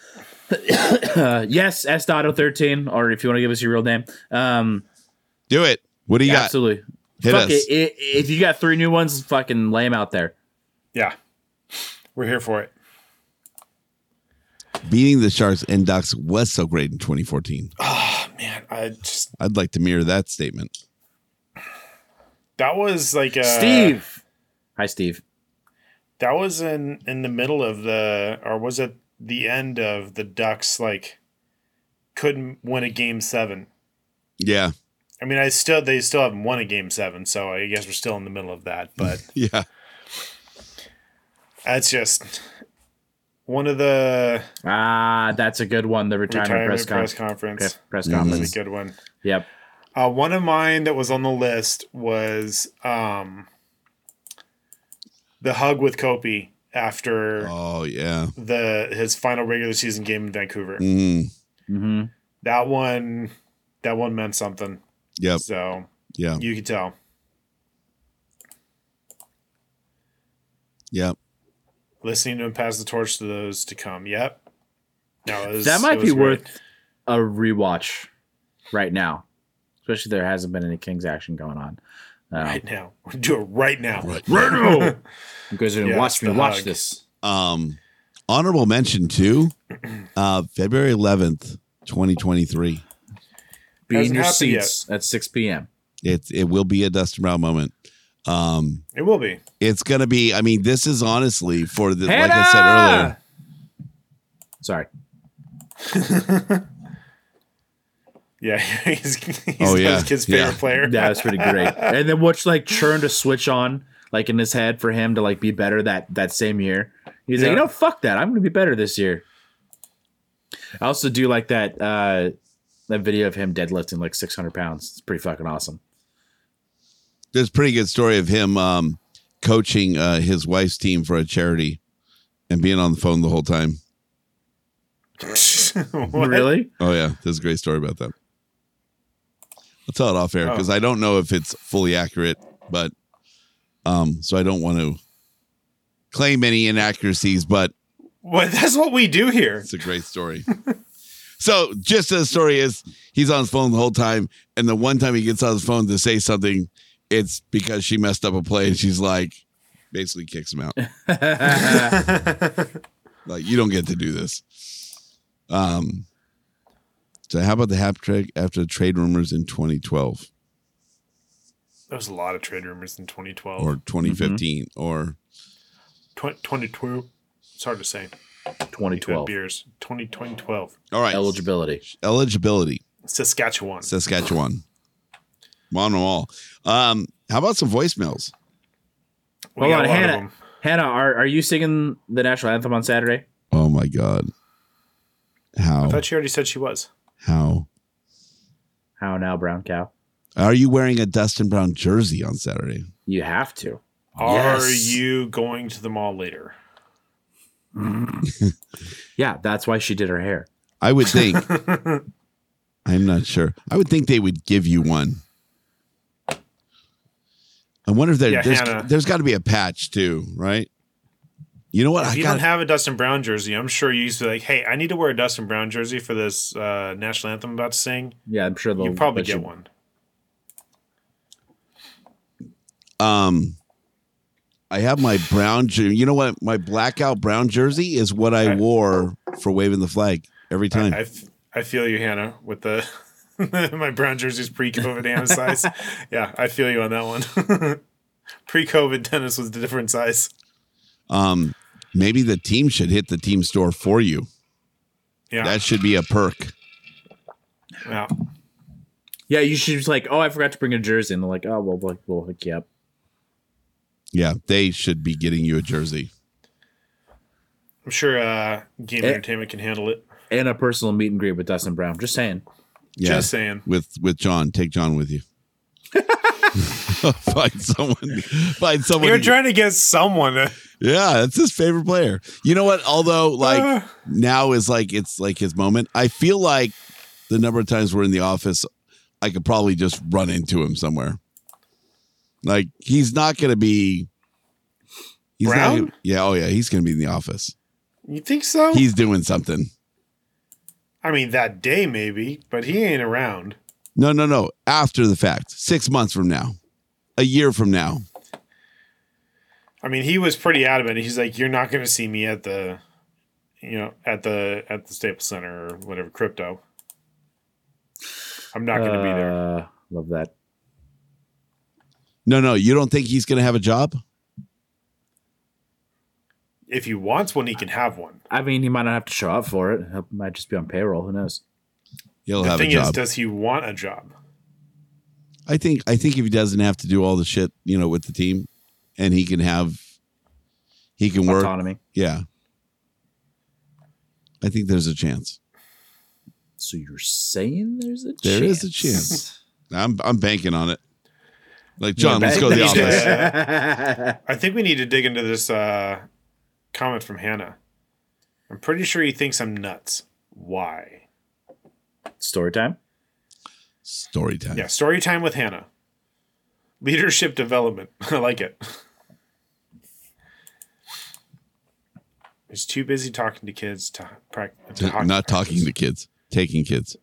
uh, yes, S. Dotto thirteen, or if you want to give us your real name, um, Do it. What do you got? absolutely. Hit Fuck us. it. I- If you got three new ones, fucking lay 'em out there. Yeah. We're here for it. Beating the Sharks and Ducks was so great in 2014. Ah, Man, I just I'd like to mirror that statement. that was like a, Steve. Hi, Steve. That was in in the middle of the or was it the end of the Ducks like couldn't win a game 7. Yeah. I mean, I still they still haven't won a game 7, so I guess we're still in the middle of that, but Yeah. that's just one of the Ah, that's a good one. The retirement, retirement press, press con- conference. press, press That's conference. a good one. Yep. Uh, one of mine that was on the list was um, the hug with Kopi after Oh, yeah. the his final regular season game in Vancouver. Mm. hmm That one, that one meant something. Yep. So Yeah. you could tell. Yep. Listening to him pass the torch to those to come. Yep. No, it was- That it might was be great. worth a rewatch right now, especially there hasn't been any Kings action going on. Uh, right now. Do it right now. Right now. You guys are gonna Yeah, watch it's me the watch hug. this. Um, honorable mention too. Uh, February 11th, 2023. Be in Hasn't your happened yet. seats at 6 p.m. It it will be a Dustin Brown moment. Um, It will be. it's gonna be. I mean, this is honestly for the like I said earlier. Sorry. Yeah, he's, he's Oh, those yeah. kid's Yeah. favorite player. Yeah, that's pretty great. and then which like churned a switch on like in his head for him to like be better that that same year. He's Yeah. like, you know, fuck that. I'm gonna be better this year. I also do like that uh that video of him deadlifting like 600 pounds. It's pretty fucking awesome. There's a pretty good story of him um, coaching uh, his wife's team for a charity and being on the phone the whole time. What? Really? Oh yeah, there's a great story about that. I'll tell it off air Oh. because I don't know if it's fully accurate, but um, so I don't want to claim any inaccuracies, but Well, that's what we do here. It's a great story. so just as the story is, he's on his phone the whole time, and the one time he gets on his phone to say something, it's because she messed up a play, and she's like, basically kicks him out. like you don't get to do this. Um. So how about the hap trick after trade rumors in 2012 There was a lot of trade rumors in 2012. or 2015 or Tw- 22. It's hard to say. 12 2012 beers. 20, 2012. all right eligibility. eligibility Saskatchewan. Saskatchewan Montreal. Um, how about some voicemails? We got Hold on, a lot of Hannah. them. Hannah, are, are you singing the national anthem on Saturday? Oh my god. Oh. I How? thought she already said she was. How? How now, brown cow? Are you wearing a Dustin Brown jersey on Saturday? You have to. Are Yes. you going to the mall later? Yeah, that's why she did her hair. I would think. I'm not sure. I would think they would give you one. I wonder if there, Yeah, there's, Hannah. there's got to be a patch too, right? You know what? If I you got don't have a Dustin Brown jersey, I'm sure you used to be like, hey, I need to wear a Dustin Brown jersey for this uh, national anthem I'm about to sing. Yeah, I'm sure they'll You probably let get you- one. um. I have my brown jersey. You know what? My blackout brown jersey is what I, I- wore for waving the flag every time. I, f- I feel you, Hannah, with the my brown jersey's pre-COVID Hannah size. Yeah, I feel you on that one. pre-COVID, Dennis was the different size. um, maybe the team should hit the team store for you. Yeah, That should be a perk. yeah. Yeah, you should just like, oh, I forgot to bring a jersey, and they're like, oh, well, we'll, we'll hook you up. Yeah, they should be getting you a jersey. I'm sure uh, Game Eh. Entertainment can handle it. And a personal meet and greet with Dustin Brown. Just saying. Yeah, Just saying. with with John, take John with you. find someone. Find someone. You're to- trying to get someone. To, yeah, that's his favorite player. You know what? Although, like Ah. now is like it's like his moment. I feel like the number of times we're in the office, I could probably just run into him somewhere. Like he's not going to be. He's Brown? Not, gonna- yeah. Oh yeah. He's going to be in the office. You think so? He's doing something. I mean, that day maybe, but he ain't around. No, no, no. After the fact, six months from now, a year from now. I mean, he was pretty adamant. He's like, "You're not going to see me at the, you know, at the at the Staples Center or whatever crypto. I'm not going to be there." Uh, Love that. No, no. You don't think he's going to have a job? If he wants one, he can have one. I mean, he might not have to show up for it. He might just be on payroll. Who knows? He'll the have a thing is, job. does he want a job? I think. I think if he doesn't have to do all the shit, you know, with the team, and he can have, he can work. Autonomy. Yeah. I think there's a chance. So you're saying there's a There is a chance. I'm I'm banking on it. Like John, let's go to the banking. office. I think we need to dig into this uh, comment from Hannah. I'm pretty sure he thinks I'm nuts. Why? Story time. Story time. Yeah, story time with Hannah. Leadership development. I like it. He's too busy talking to kids to practice. T- Not talking to kids, taking kids.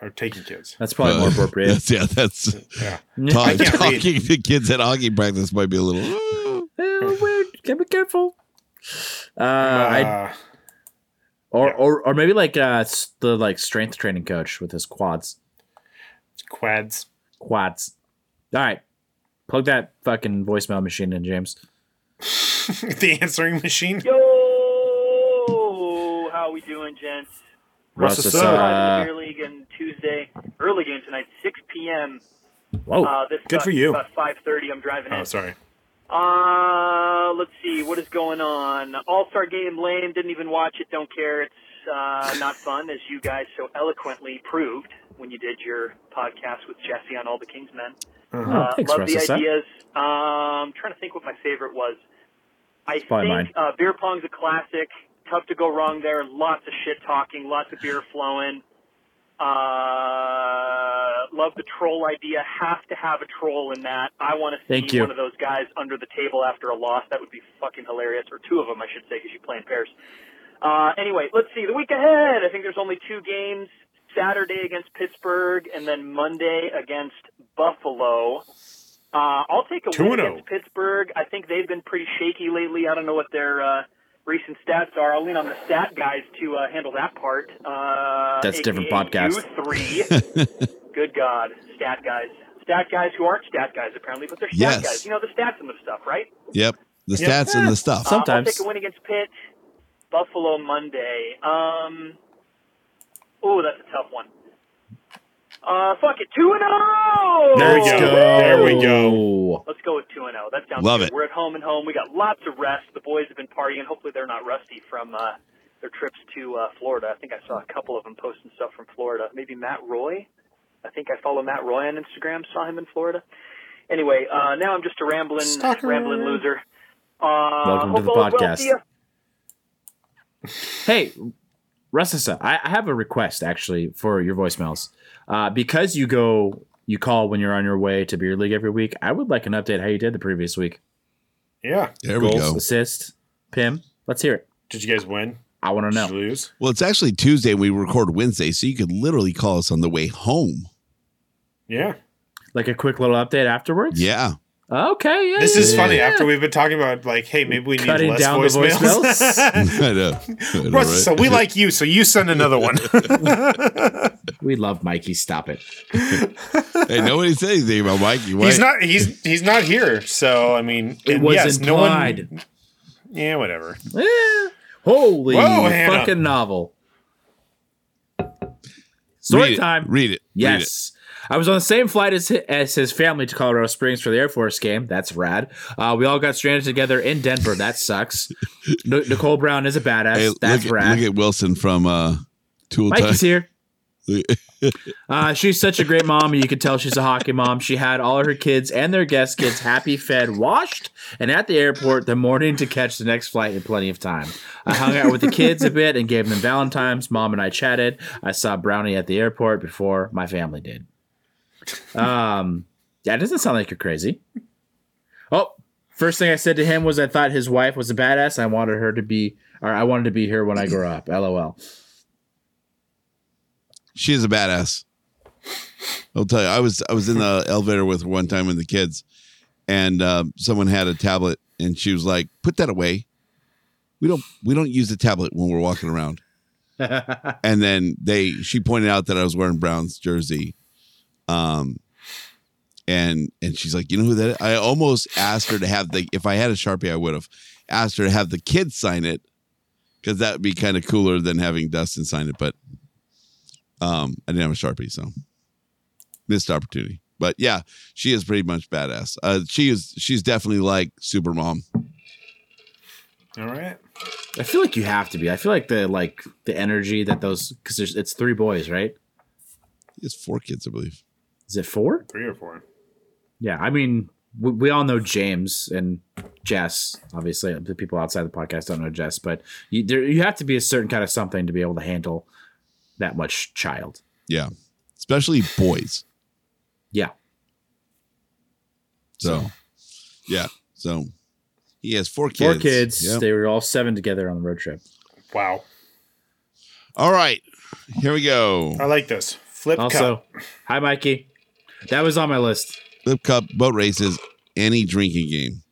or taking kids. That's probably more Uh, appropriate. That's, yeah, that's Yeah, talk, can't talking to kids at hockey practice might be a little. Uh, weird. Gotta be careful. Uh, I, Uh, or, yeah. or or maybe like uh, s- the like strength training coach with his quads. quads. Quads. All right. Plug that fucking voicemail machine in, James. the answering machine. Yo, how we doing, gents? Russ Russ is up. Uh, Uh, Premier League and Tuesday early game tonight, 6 p.m. whoa. Uh, this Good sucks. for you. It's About 5:30, I'm driving Oh, in. sorry. Uh, let's see what is going on. All Star Game, lame. Didn't even watch it. Don't care. It's uh, not fun, as you guys so eloquently proved when you did your podcast with Jesse on all the Kings men. oh, Uh, thanks, love Russ. the Is that- ideas. Um, trying to think what my favorite was. I probably mine. think uh, beer pong's a classic. Tough to go wrong there. Lots of shit talking. Lots of beer flowing. Uh, love the troll idea. Have to have a troll in that. I want to see Thank you. one of those guys under the table after a loss. That would be fucking hilarious. Or two of them, I should say, because you play in pairs. Uh, anyway, let's see. The week ahead, I think there's only two games Saturday against Pittsburgh and then Monday against Buffalo. Uh, I'll take a win 2-0. against Pittsburgh. I think they've been pretty shaky lately. I don't know what their uh, recent stats are. I'll lean on the stat guys to uh, handle that part. Uh, That's a different aka podcast. you Three. Good God, stat guys. Stat guys who aren't stat guys apparently, but they're stat Yes. guys. You know the stats and the stuff, right? Yep. The Yeah. stats and the stuff. Some- Sometimes. Uh, I'll take a win against Pitt. Buffalo Monday. Um, oh, that's a tough one. Uh, fuck it, two and zero. There we go. There we go. Oh. Let's go with two and zero. That sounds Love good. it. We're at home and home. We got lots of rest. The boys have been partying. Hopefully, they're not rusty from uh, their trips to uh, Florida. I think I saw a couple of them posting stuff from Florida. Maybe Matt Roy. I think I follow Matt Roy on Instagram. Saw him in Florida. Anyway, uh, now I'm just a rambling, Stalker. rambling loser. Uh, Welcome to hope the all is well. podcast. See ya. Hey, Russessa, I, I have a request actually for your voicemails. Uh, because you go, you call when you're on your way to beer league every week. I would like an update how you did the previous week. Yeah. There we Goals, go. assist, Pim. Let's hear it. Did you guys win? I want to Did know. you lose? Well, it's actually Tuesday and we record Wednesday, so you could literally call us on the way home. Yeah. Like a quick little update afterwards. Yeah. Okay. Yeah. This is funny. yeah. After we've been talking about like, hey, maybe we need Cutting less down the voicemails. voicemails? I know. I know, Russ, right? so we like you, so you send another one. we love Mikey. Stop it. hey, nobody said anything about Mikey. Why? he's not. He's he's not here. So I mean, It and was yes, no one. implied. Yeah, whatever. Eh, holy Whoa, Hannah. fucking novel. Story Read it. time. Read it. Read it. Yes. I was on the same flight as his, as his family to Colorado Springs for the Air Force game. That's rad. Uh, we all got stranded together in Denver. That sucks. N- Nicole Brown is a badass. Hey, That's look, at, rad. look at Wilson from uh, Tool Time. Mikey's here. Uh, she's such a great mom, and you can tell she's a hockey mom. She had all her kids and their guest kids happy, fed, washed, and at the airport the morning to catch the next flight in plenty of time. I hung out with the kids a bit and gave them Valentine's. Mom and I chatted. I saw Brownie at the airport before my family did. Um, yeah, it doesn't sound like you're crazy. Oh, first thing I said to him was I thought his wife was a badass. I wanted her to be, or I wanted to be here when I grow up. LOL. She's a badass. I'll tell you, I was I was in the elevator with her one time with the kids, and um, someone had a tablet, and she was like, "Put that away. We don't we don't use the tablet when we're walking around." and then they she pointed out that I was wearing Brown's jersey, um, and and she's like, "You know who that?" Is? I almost asked her to have the if I had a sharpie, I would have asked her to have the kids sign it because that would be kind of cooler than having Dustin sign it, but. Um, I didn't have a sharpie, so missed opportunity. But yeah, she is pretty much badass. Uh, she is she's definitely like super mom. All right. I feel like you have to be. I feel like the like the energy that those because there's it's three boys, right? She has four kids, I believe. Is it four? Three or four. Yeah, I mean, we, we all know James and Jess. Obviously, uh, the people outside the podcast don't know Jess, but you there, you have to be a certain kind of something to be able to handle that much child. Yeah, especially boys. Yeah, So yeah, so he has four kids. four kids. Yep. They were all seven together on the road trip. Wow. All right, here we go. I like this. Flip Also, cup. hi Mikey. That was on my list. Flip cup boat races. Any drinking game.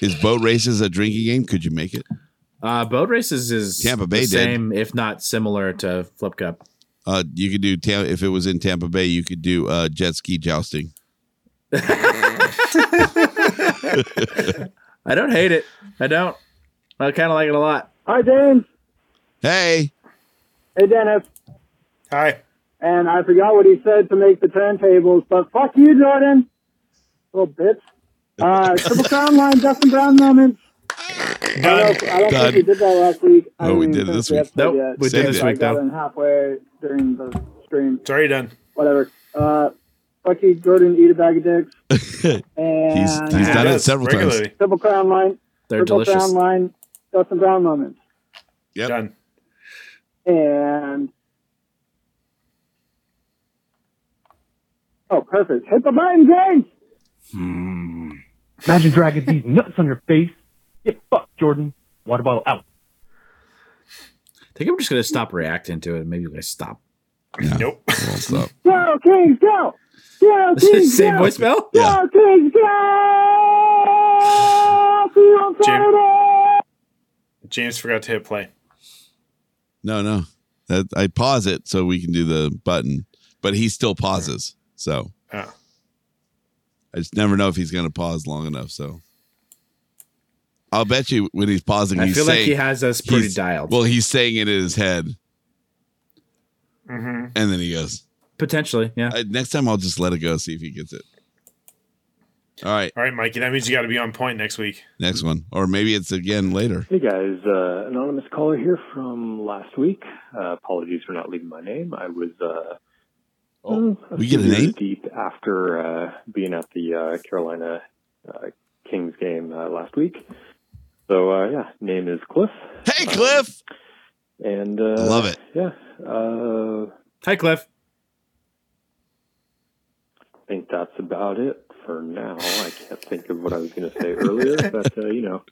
Is boat races a drinking game? Could you make it? Uh, boat races is Tampa Bay the did. same, if not similar to Flip Cup. Uh, you could do Tam- if it was in Tampa Bay, you could do uh, jet ski jousting. I don't hate it. I don't. I kind of like it a lot. Hi, Dan. Hey, Hey, Dennis. Hi. And I forgot what he said to make the turntables, but fuck you, Jordan. Little bitch. Uh, Triple Crown line, Justin Brown moments. I Done. don't, I don't Done. think we did that last week. I No, we didn't did finish this the week. episode Nope, yet. we did this I week, got though. in halfway during the stream. It's already done. Whatever. Uh, fuck you, Jordan. Eat a bag of dicks. and he's he's Yeah, done it does, several times. regularly. Triple Crown line, They're Triple delicious. Crown line, Justin Brown moments. Yep. Done. and oh, perfect! Hit the button, James. Imagine dragging these nuts on your face. Get fucked, Jordan. Water bottle out. I think I'm just gonna stop reacting to it. Maybe you guys stop. Nope. Won't stop. Go Kings, go! Go Kings, Same go! voicemail. Yeah. Go Kings, go! See you on Jam- Saturday. James forgot to hit play. No, no. That, I pause it so we can do the button, but he still pauses. So Oh. I just never know if he's going to pause long enough. So I'll bet you when he's pausing, I he's feel saying, like he has us pretty he's- dialed. Well, he's saying it in his head, Mm-hmm. and then he goes. Potentially, yeah. "Uh, Next time, I'll just let it go. See if he gets it. All right, All right, Mikey. That means you got to be on point next week. next one, or maybe it's again later. Hey guys, uh, anonymous caller here from last week. Uh, apologies for not leaving my name. I was uh, oh, we get a name? deep after uh, being at the uh, Carolina uh, Kings game uh, last week. So uh, yeah, name is Cliff, Hey, Cliff. and uh, I love it. Yeah, uh, Hi, Cliff. I think that's about it for now. I can't think of what I was going to say earlier, but uh, you know,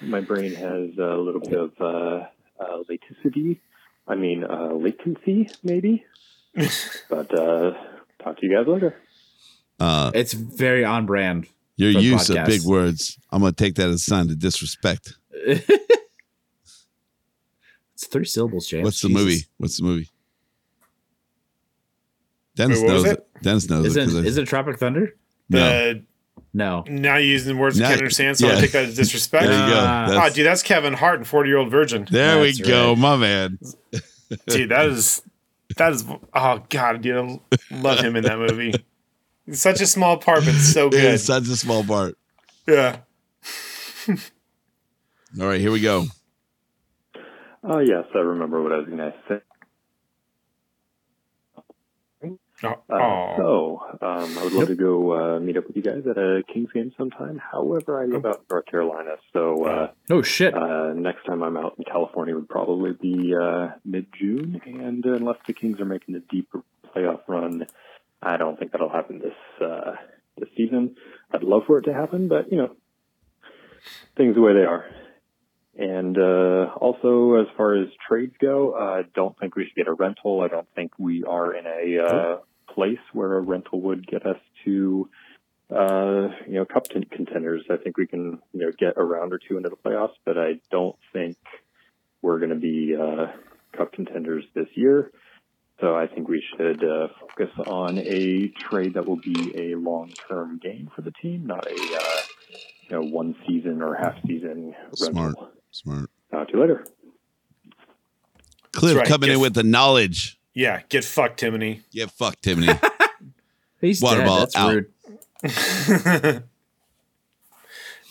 my brain has a little bit of uh, uh, latency. I mean, uh, latency maybe. but uh, talk to you guys later. Uh, It's very on brand. your For the use podcast. of big words, I'm going to take that as a sign of disrespect. it's three syllables, James. What's the Jesus. movie? What's the movie? Dennis Wait, what was knows it? it? Uh, Dennis knows Is it. it 'cause I- is it Tropic Thunder? no. The, No. Now you're using words I Now- can't understand, so I yeah. take that as disrespect. There you go. Ah. That's- oh, dude, that's Kevin Hart and 40 year old virgin. there we That's go, right. my man. Dude, that is, that is, oh, God, dude, I love him in that movie. It's such a small part, but so It good. is such a small part. yeah. All right, here we go. Oh yes, I remember what I was going to say. Oh, Uh, aw. so um, I would love to go uh, meet up with you guys at a Kings game sometime. However, I live out in North Carolina, so. Uh, Oh shit. Uh, next time I'm out in California would probably be uh, mid June, and uh, unless the Kings are making a deeper playoff run, I don't think that'll happen this uh, this season. I'd love for it to happen, but you know, things the way they are. And uh, also, as far as trades go, I don't think we should get a rental. I don't think we are in a uh, place where a rental would get us to, uh, you know, cup con- contenders. I think we can, you know, get a round or two into the playoffs, but I don't think we're going to be uh, cup contenders this year. So I think we should uh, focus on a trade that will be a long-term game for the team, not a uh, you know one season or half season Smart. rental. Smart. Talk to you later. Cliff right, coming yes. in with the knowledge. Yeah, get fucked, Timony. Yeah, fuck Timony. He's Water dead. ball That's out. rude.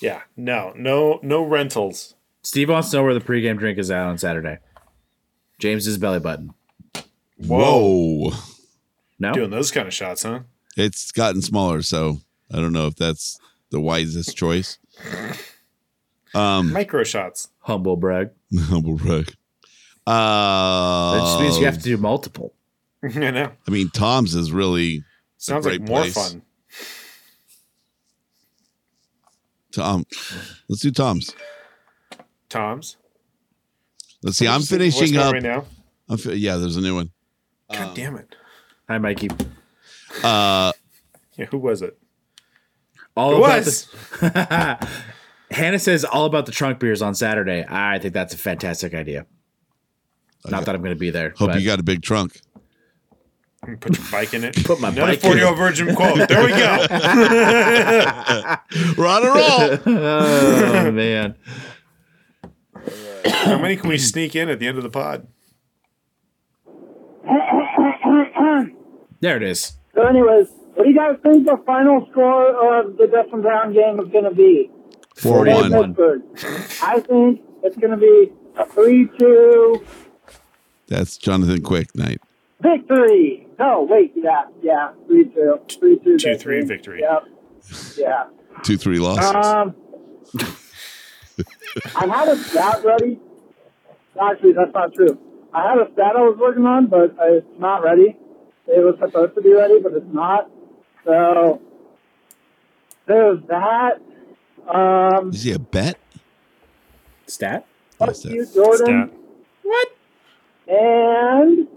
Yeah, no, no, no rentals. Steve wants to know where the pregame drink is at on Saturday. James's belly button. Whoa. No, Doing those kind of shots, huh? It's gotten smaller, so I don't know if that's the wisest choice. Um, Micro shots. humble brag. humble brag. That just means Uh, you have to do multiple. I know. I mean, Tom's is really Sounds great like more place. fun. Tom. Let's do Tom's. Tom's. Let's see. I'm Just leaving a finishing voicemail up. right now. I'm fi- yeah, there's a new one. God damn it. Hi, Mikey. Uh, Yeah, who was it? All It about was. the- Hannah says all about the trunk beers on Saturday. I think that's a fantastic idea. Not that I'm going to be there. hope but you got a big trunk. Put your bike in it. Put my Another bike in 40 it. year old virgin quote. There we go. We're on a roll. oh man, How many can we sneak in at the end of the pod? there it is. So, anyways, what do you guys think the final score of the Dustin Brown game is going to be? Four Hey, one. One. Pittsburgh. I think it's going to be a 3 2 That's Jonathan Quick night. victory. No, wait, yeah, yeah, 3 2. 3 2. 2 3 victory. Yep. Yeah. Two three losses. Um, I had a stat ready. Actually, that's not true. I had a stat I was working on, but it's not ready. It was supposed to be ready, but it's not. So there's that. Um, is he a bet? Stat. fuck Yes, you, sir. Jordan. And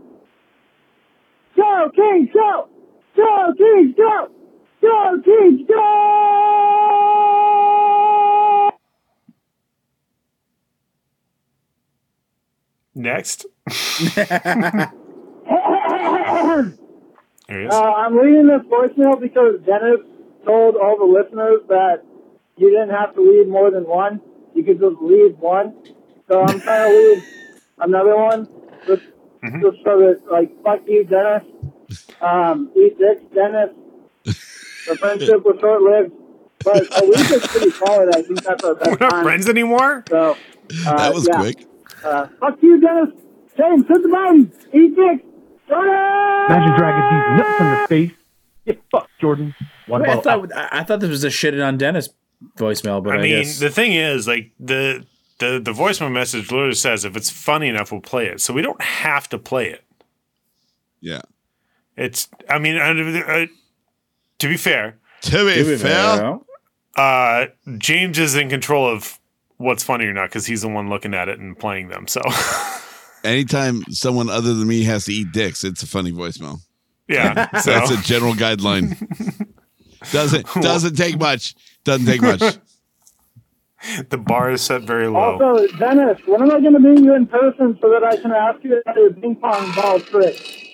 go, Kings, go! Go, Kings, go! Go, Kings, go! Next. There he is. Uh, I'm leaving this voicemail because Dennis told all the listeners that you didn't have to leave more than one. You could just leave one. So I'm trying to leave another one just, Mm-hmm. just so that, like, fuck you, Dennis. Um, eat dicks, Dennis. The friendship was short lived. But a week is pretty solid. I think that's our We're best not time. friends anymore? So, uh, That was yeah. quick. Uh, fuck you, Dennis. James, hit the button. Eat dicks. Jordan! Imagine dragging these nuts on your face. Yeah, fuck, Jordan. Water Wait, I bottle out. thought I, I thought this was a shitted on Dennis voicemail, but I, I mean, guess the thing is, like the the the voicemail message literally says if it's funny enough, we'll play it. So we don't have to play it. Yeah. It's. I mean, I, I- to be fair, To be, Maybe fair, Valero. uh, James is in control of what's funny or not because he's the one looking at it and playing them. So anytime someone other than me has to eat dicks, it's a funny voicemail. yeah, so That's a general guideline. doesn't doesn't take much. Doesn't take much. the bar is set very low. Also, Dennis, when am I going to meet you in person so that I can ask you about your ping pong ball trick?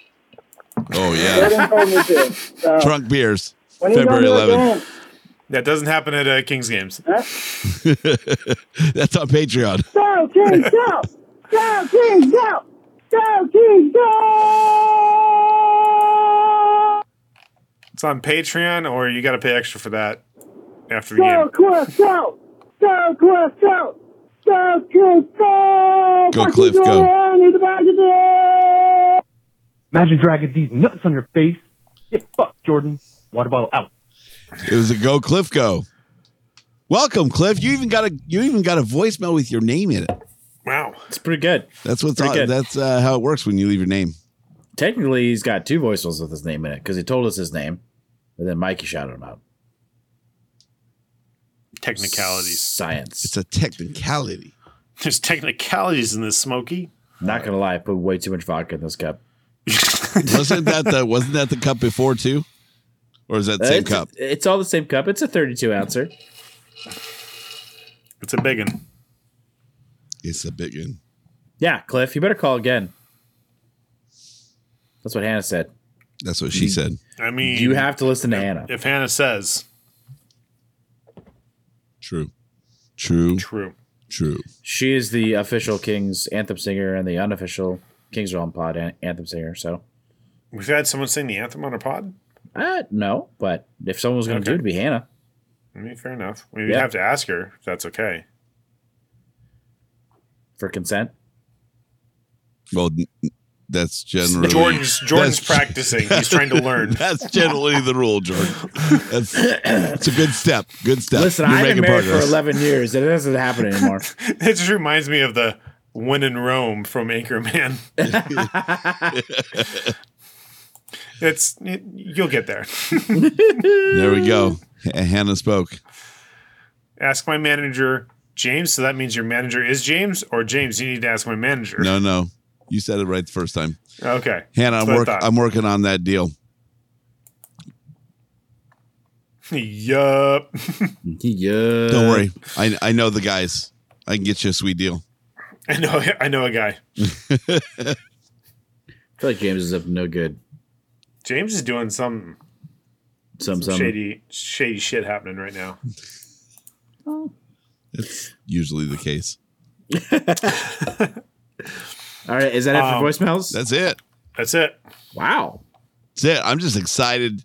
Oh yeah. Jordan told me to. So, Drunk beers. when are you February going to a 11th. game? that doesn't happen at uh, Kings games. That's on Patreon. Go, Kings, go! Go, Kings, go! Go, Kings, go! It's on Patreon, or you got to pay extra for that after the Go, game. Cliff, go! Go, Cliff, go! Go, Cliff, go! Go, Fuck Cliff, you, go. Jordan, Need the back of the Imagine dragging these nuts on your face. Yeah, fuck, Jordan. Water bottle out. It was a go Cliff go. Welcome, Cliff. You even got a you even got a voicemail with your name in it. Wow. it's pretty good. That's what's Pretty on, good. that's uh, how it works when you leave your name. Technically, he's got two voicemails with his name in it because he told us his name, and then Mikey shouted him out. Technicalities. Science. It's a technicality. There's technicalities in this, Smokey. Not gonna lie, I put way too much vodka in this cup. Wasn't that the wasn't that the cup before too? Or is that the Uh, same it's, cup? It's all the same cup. It's a 32 ouncer. It's a big one. It's a big one. Yeah, Cliff, you better call again. That's what Hannah said. That's what she said. I mean, You have to listen to Hannah. if Hannah says True. True. true. True. She is the official Kings anthem singer and the unofficial Kings Realm Pod an- anthem singer. So, We've had someone sing the anthem on a pod. uh, no, but if someone was going to Okay. do it, it'd be Hannah. I mean, fair enough. We would Yeah. have to ask her if that's okay. for consent. Well, n- n- that's generally Jordan's Jordan's That's- practicing. He's trying to learn. That's generally the rule, Jordan. That's it's a good step. Good step. Listen, You're I've been making married for progress. 11 years. and It doesn't happen anymore. It just reminds me of the "When in Rome" from Anchorman. it's it, you'll get there. There we go. H- Hannah spoke. Ask my manager, James. So that means your manager is James, or James, you need to ask my manager. No, no, you said it right the first time. Okay, Hannah, That's I'm, what I work, thought. I'm working on that deal. Yup. yeah. Uh, Don't worry. I I know the guys. I can get you a sweet deal. I know. I know a guy. I feel like James is up to no good. James is doing some Some, some. shady, shady shit happening right now. That's usually the case. All right. Is that Um, it for voicemails? That's it. That's it. Wow. That's it. I'm just excited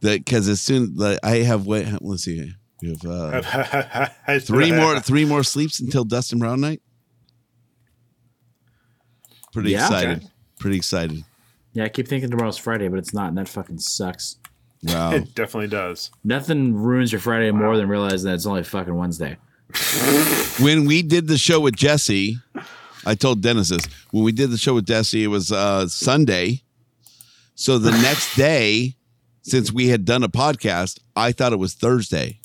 that because as soon like, I have wait, let's see, we have uh, three more three more sleeps until Dustin Brown night. Pretty Yeah. excited. Pretty excited. Yeah, I keep thinking tomorrow's Friday, but it's not, and that fucking sucks. Wow. It definitely does. Nothing ruins your Friday more than realizing that it's only fucking Wednesday. when we did the show with Jesse, I told Dennis this. When we did the show with Jesse, it was uh, Sunday. So the next day, since we had done a podcast, I thought it was Thursday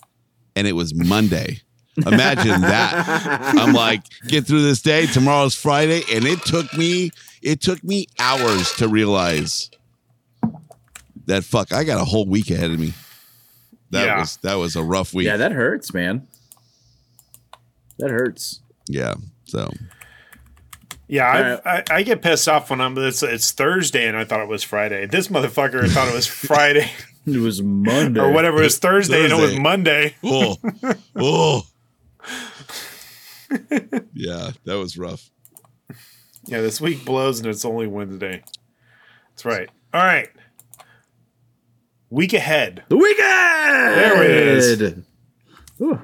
and it was Monday. Imagine that. I'm like, get through this day. Tomorrow's Friday. And it took me, it took me hours to realize that fuck, I got a whole week ahead of me. That Yeah. was that was a rough week. Yeah, that hurts, man. That hurts. yeah. So Yeah, Alright. I, I, I get pissed off when I'm it's, it's Thursday and I thought it was Friday. This motherfucker thought it was Friday It was Monday or whatever. It was Thursday, and it was Thursday. Monday. oh, oh. yeah, that was rough. Yeah, this week blows and it's only Wednesday. That's right. All right. Week ahead. The weekend. There it is. Ooh.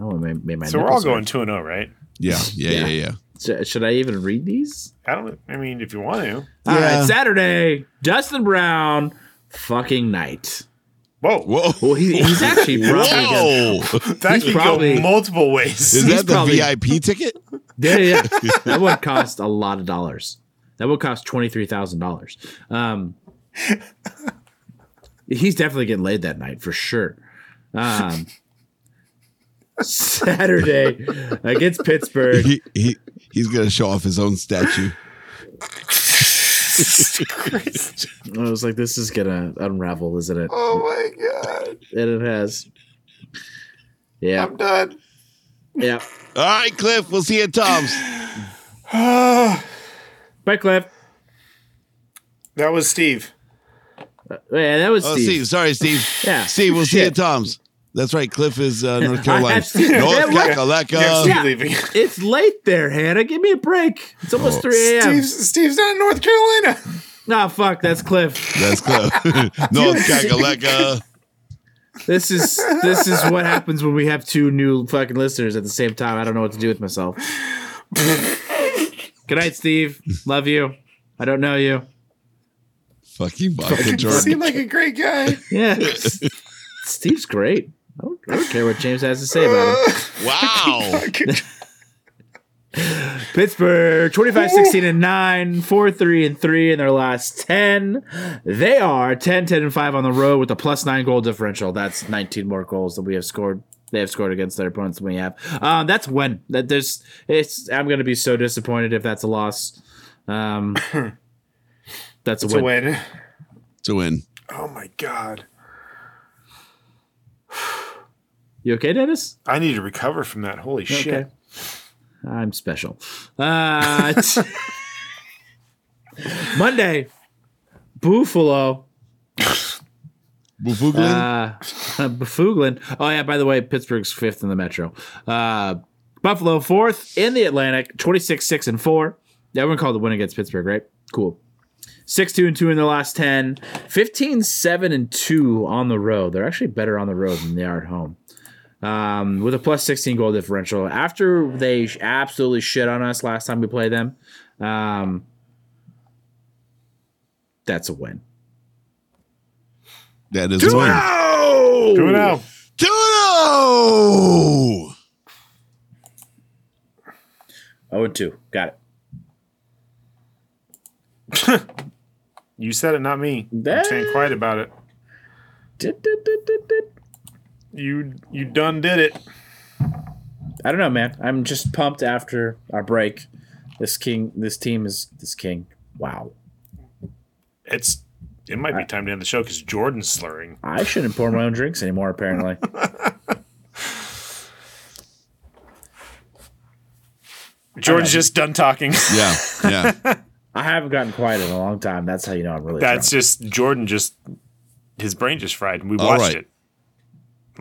Oh, it made, made my So we're all nipples going hurt. two and zero, right? Yeah, yeah, yeah, yeah. Sh- Should I even read these? I don't. I mean, if you want to. All Yeah. right, Saturday, Dustin Brown, fucking night. Whoa, Whoa. Well, he, he's actually probably. gonna- Whoa. that he's could probably- go multiple ways. Is He's that the probably- VIP ticket? Yeah, yeah. that would cost a lot of dollars. That would cost twenty three thousand dollars. Um, he's definitely getting laid that night for sure. Um, Saturday against Pittsburgh. He, he he's gonna show off his own statue. I was like, this is gonna unravel, isn't it? Oh my god! And it has. Yeah. I'm done. Yeah. All right, Cliff. We'll see you at Tom's. Bye, Cliff. that was Steve. Yeah, that was Oh, Steve. Steve. Sorry, Steve. Yeah. Steve, we'll see you Shit. at Tom's. That's right. Cliff is uh, North Carolina. Steve. North Yeah, what? Kakalaka. Yeah, Steve yeah. leaving. It's late there, Hannah. Give me a break. It's Oh. almost three a.m. Steve's, Steve's not in North Carolina. Nah, fuck. That's Cliff. That's Cliff. North Kakalaka. This is this is what happens when we have two new fucking listeners at the same time. I don't know what to do with myself. Good night, Steve. Love you. I don't know you. Fucking vodka, Jordan. Seemed like a great guy. Yeah, Steve's great. I don't, I don't care what James has to say about him. Wow. Pittsburgh 25 16 and 9, 4 3 and 3 in their last 10. They are 10 10 and 5 on the road with a plus 9 goal differential. That's 19 more goals than we have scored they have scored against their opponents than we have. Um, that's when that there's it's. I'm going to be so disappointed if that's a loss. Um, that's a It's a win. win. It's a win. Oh my god. You okay, Dennis? I need to recover from that. Holy shit. I'm special. Uh, t- Monday, Buffalo. Bufuglin? Uh, Befuglin. Oh yeah. By the way, Pittsburgh's fifth in the Metro. Uh, Buffalo fourth in the Atlantic. Twenty six six and four. Everyone called the win against Pittsburgh, right? Cool. Six two and two in their last ten. 15 seven and two on the road. They're actually better on the road than they are at home. Um, with a plus sixteen goal differential. After they sh- absolutely shit on us last time we played them, um, that's a win. that is a Two win. and oh! Two and oh. Two and oh! Oh and two. Got it. You said it, not me. I'm That- staying quiet about it. Did, did, did, did, did. You you done did it. I don't know, man. I'm just pumped after our break. This king, this team is this king. Wow. It's it might be time to end the show because Jordan's slurring. I shouldn't pour my own drinks anymore. Apparently, Jordan's just done talking. Yeah, yeah. I haven't gotten quiet in a long time. That's how you know I'm really. That's drunk. just Jordan just his brain just fried. We All watched right. it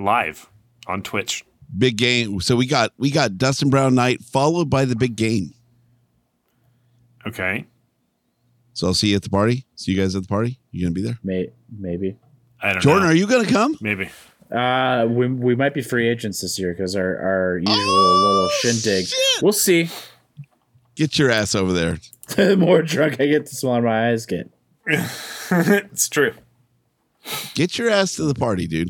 live on Twitch. big game. So we got we got Dustin Brown night followed by the big game. Okay. So I'll see you at the party. See you guys at the party. You gonna be there? May, maybe. I don't Jordan, know. are you gonna come? Maybe. Uh, we we might be free agents this year because our our usual Oh, little shindig. shit. We'll see. Get your ass over there. the more drunk I get, the smaller my eyes get. it's true. Get your ass to the party, dude.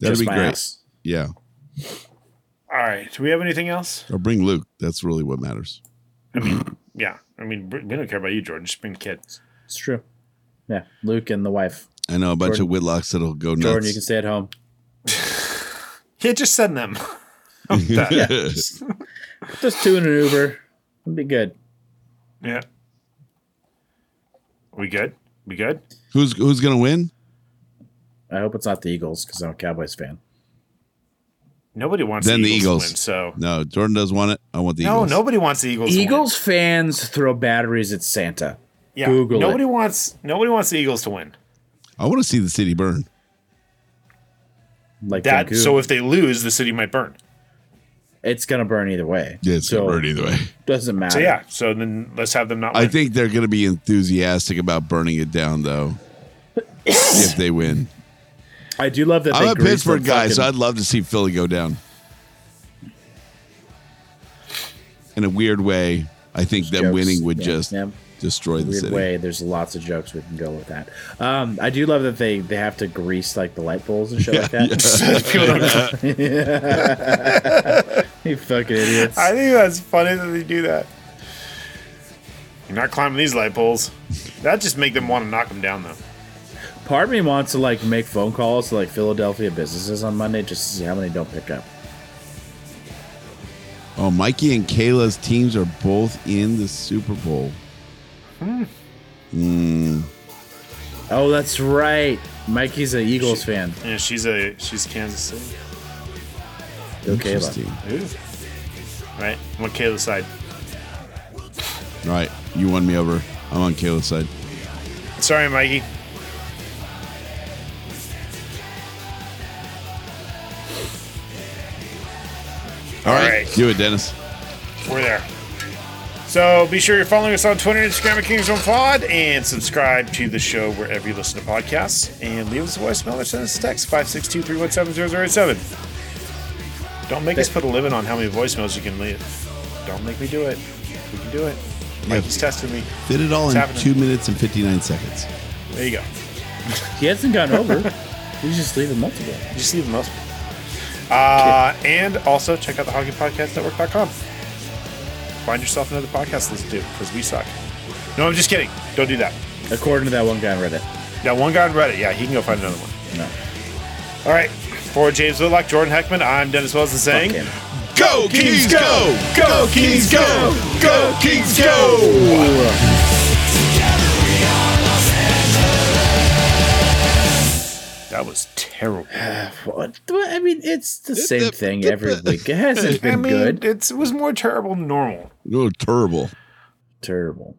That'd Just be my great. ass. Yeah. All right. Do we have anything else? Or bring Luke. That's really what matters. Yeah. I mean, we we don't care about you, Jordan. Just bring the kids. It's true. Yeah, Luke and the wife. I know a bunch Jordan- of Whitlocks that'll go nuts. Jordan, you can stay at home. Yeah, just send them. Yeah, just, just two in an Uber. It'll be good. yeah. We good? We good? who's who's gonna win? I hope it's not the Eagles because I'm a Cowboys fan. Nobody wants Then the the Eagles, Eagles. To win, so No, Jordan does want it. I want the no, Eagles. nobody wants the Eagles. Eagles fans throw batteries at Santa. To win. Yeah. Google it. nobody wants. Nobody wants the Eagles to win. I want to see the city burn. Like That. Vancouver. So if they lose, the city might burn. it's gonna burn either way. Yeah, it's so gonna burn either way. Doesn't matter. So yeah. So then let's have them not. Win. I think they're gonna be enthusiastic about burning it down though. if they win. I do love that. I'm they a greased Pittsburgh the guy, so I'd fucking- love to see Philly go down. In a weird way, I think them jokes. winning would Yeah, just yeah. destroy the weird city. way. There's lots of jokes we can go with that. Um, I do love that they they have to grease like the light poles and shit like that. you fucking idiots. I think that's funny that they do that. You're not climbing these light poles. That just make them want to knock them down, though. Part of me wants to like make phone calls to like Philadelphia businesses on Monday just to see how many don't pick up. Oh, Mikey and Kayla's teams are both in the Super Bowl. Oh, that's right. Mikey's an Eagles fan. Yeah, she's a she's Kansas City, Okay, Interesting. right? I'm on Kayla's side. All right, you won me over. I'm on Kayla's side. Sorry, Mikey. All right, right. do it, Dennis. We're there. So be sure you're following us on Twitter, Instagram at Kings One Pod, and subscribe to the show wherever you listen to podcasts. And leave us a voicemail or send us a text 562 317 Don't make us put a limit on how many voicemails you can leave. Don't make me do it. We can do it. Mikey's testing me. Did it all It's in happening. two minutes and 59 seconds. There you go. He hasn't gone over. We just leave him multiple. Just leave them up. Uh, and also check out the hockeypodcastnetwork.com. Find yourself another podcast to listen to because we suck. No, I'm just kidding. Don't do that. According to that one guy on Reddit. Now, one guy on Reddit, yeah, he can go find another one. No. All right. For James Whitlock, Jordan Heckman, I'm Dennis Wilson saying, Fucking- Go, Kings, go! Go, Kings, go! Go, Kings, go! that was terrible. Well, I mean, it's the same the- thing the- every week. It hasn't I been mean, good. It's, it was more terrible than normal. You're terrible. Terrible.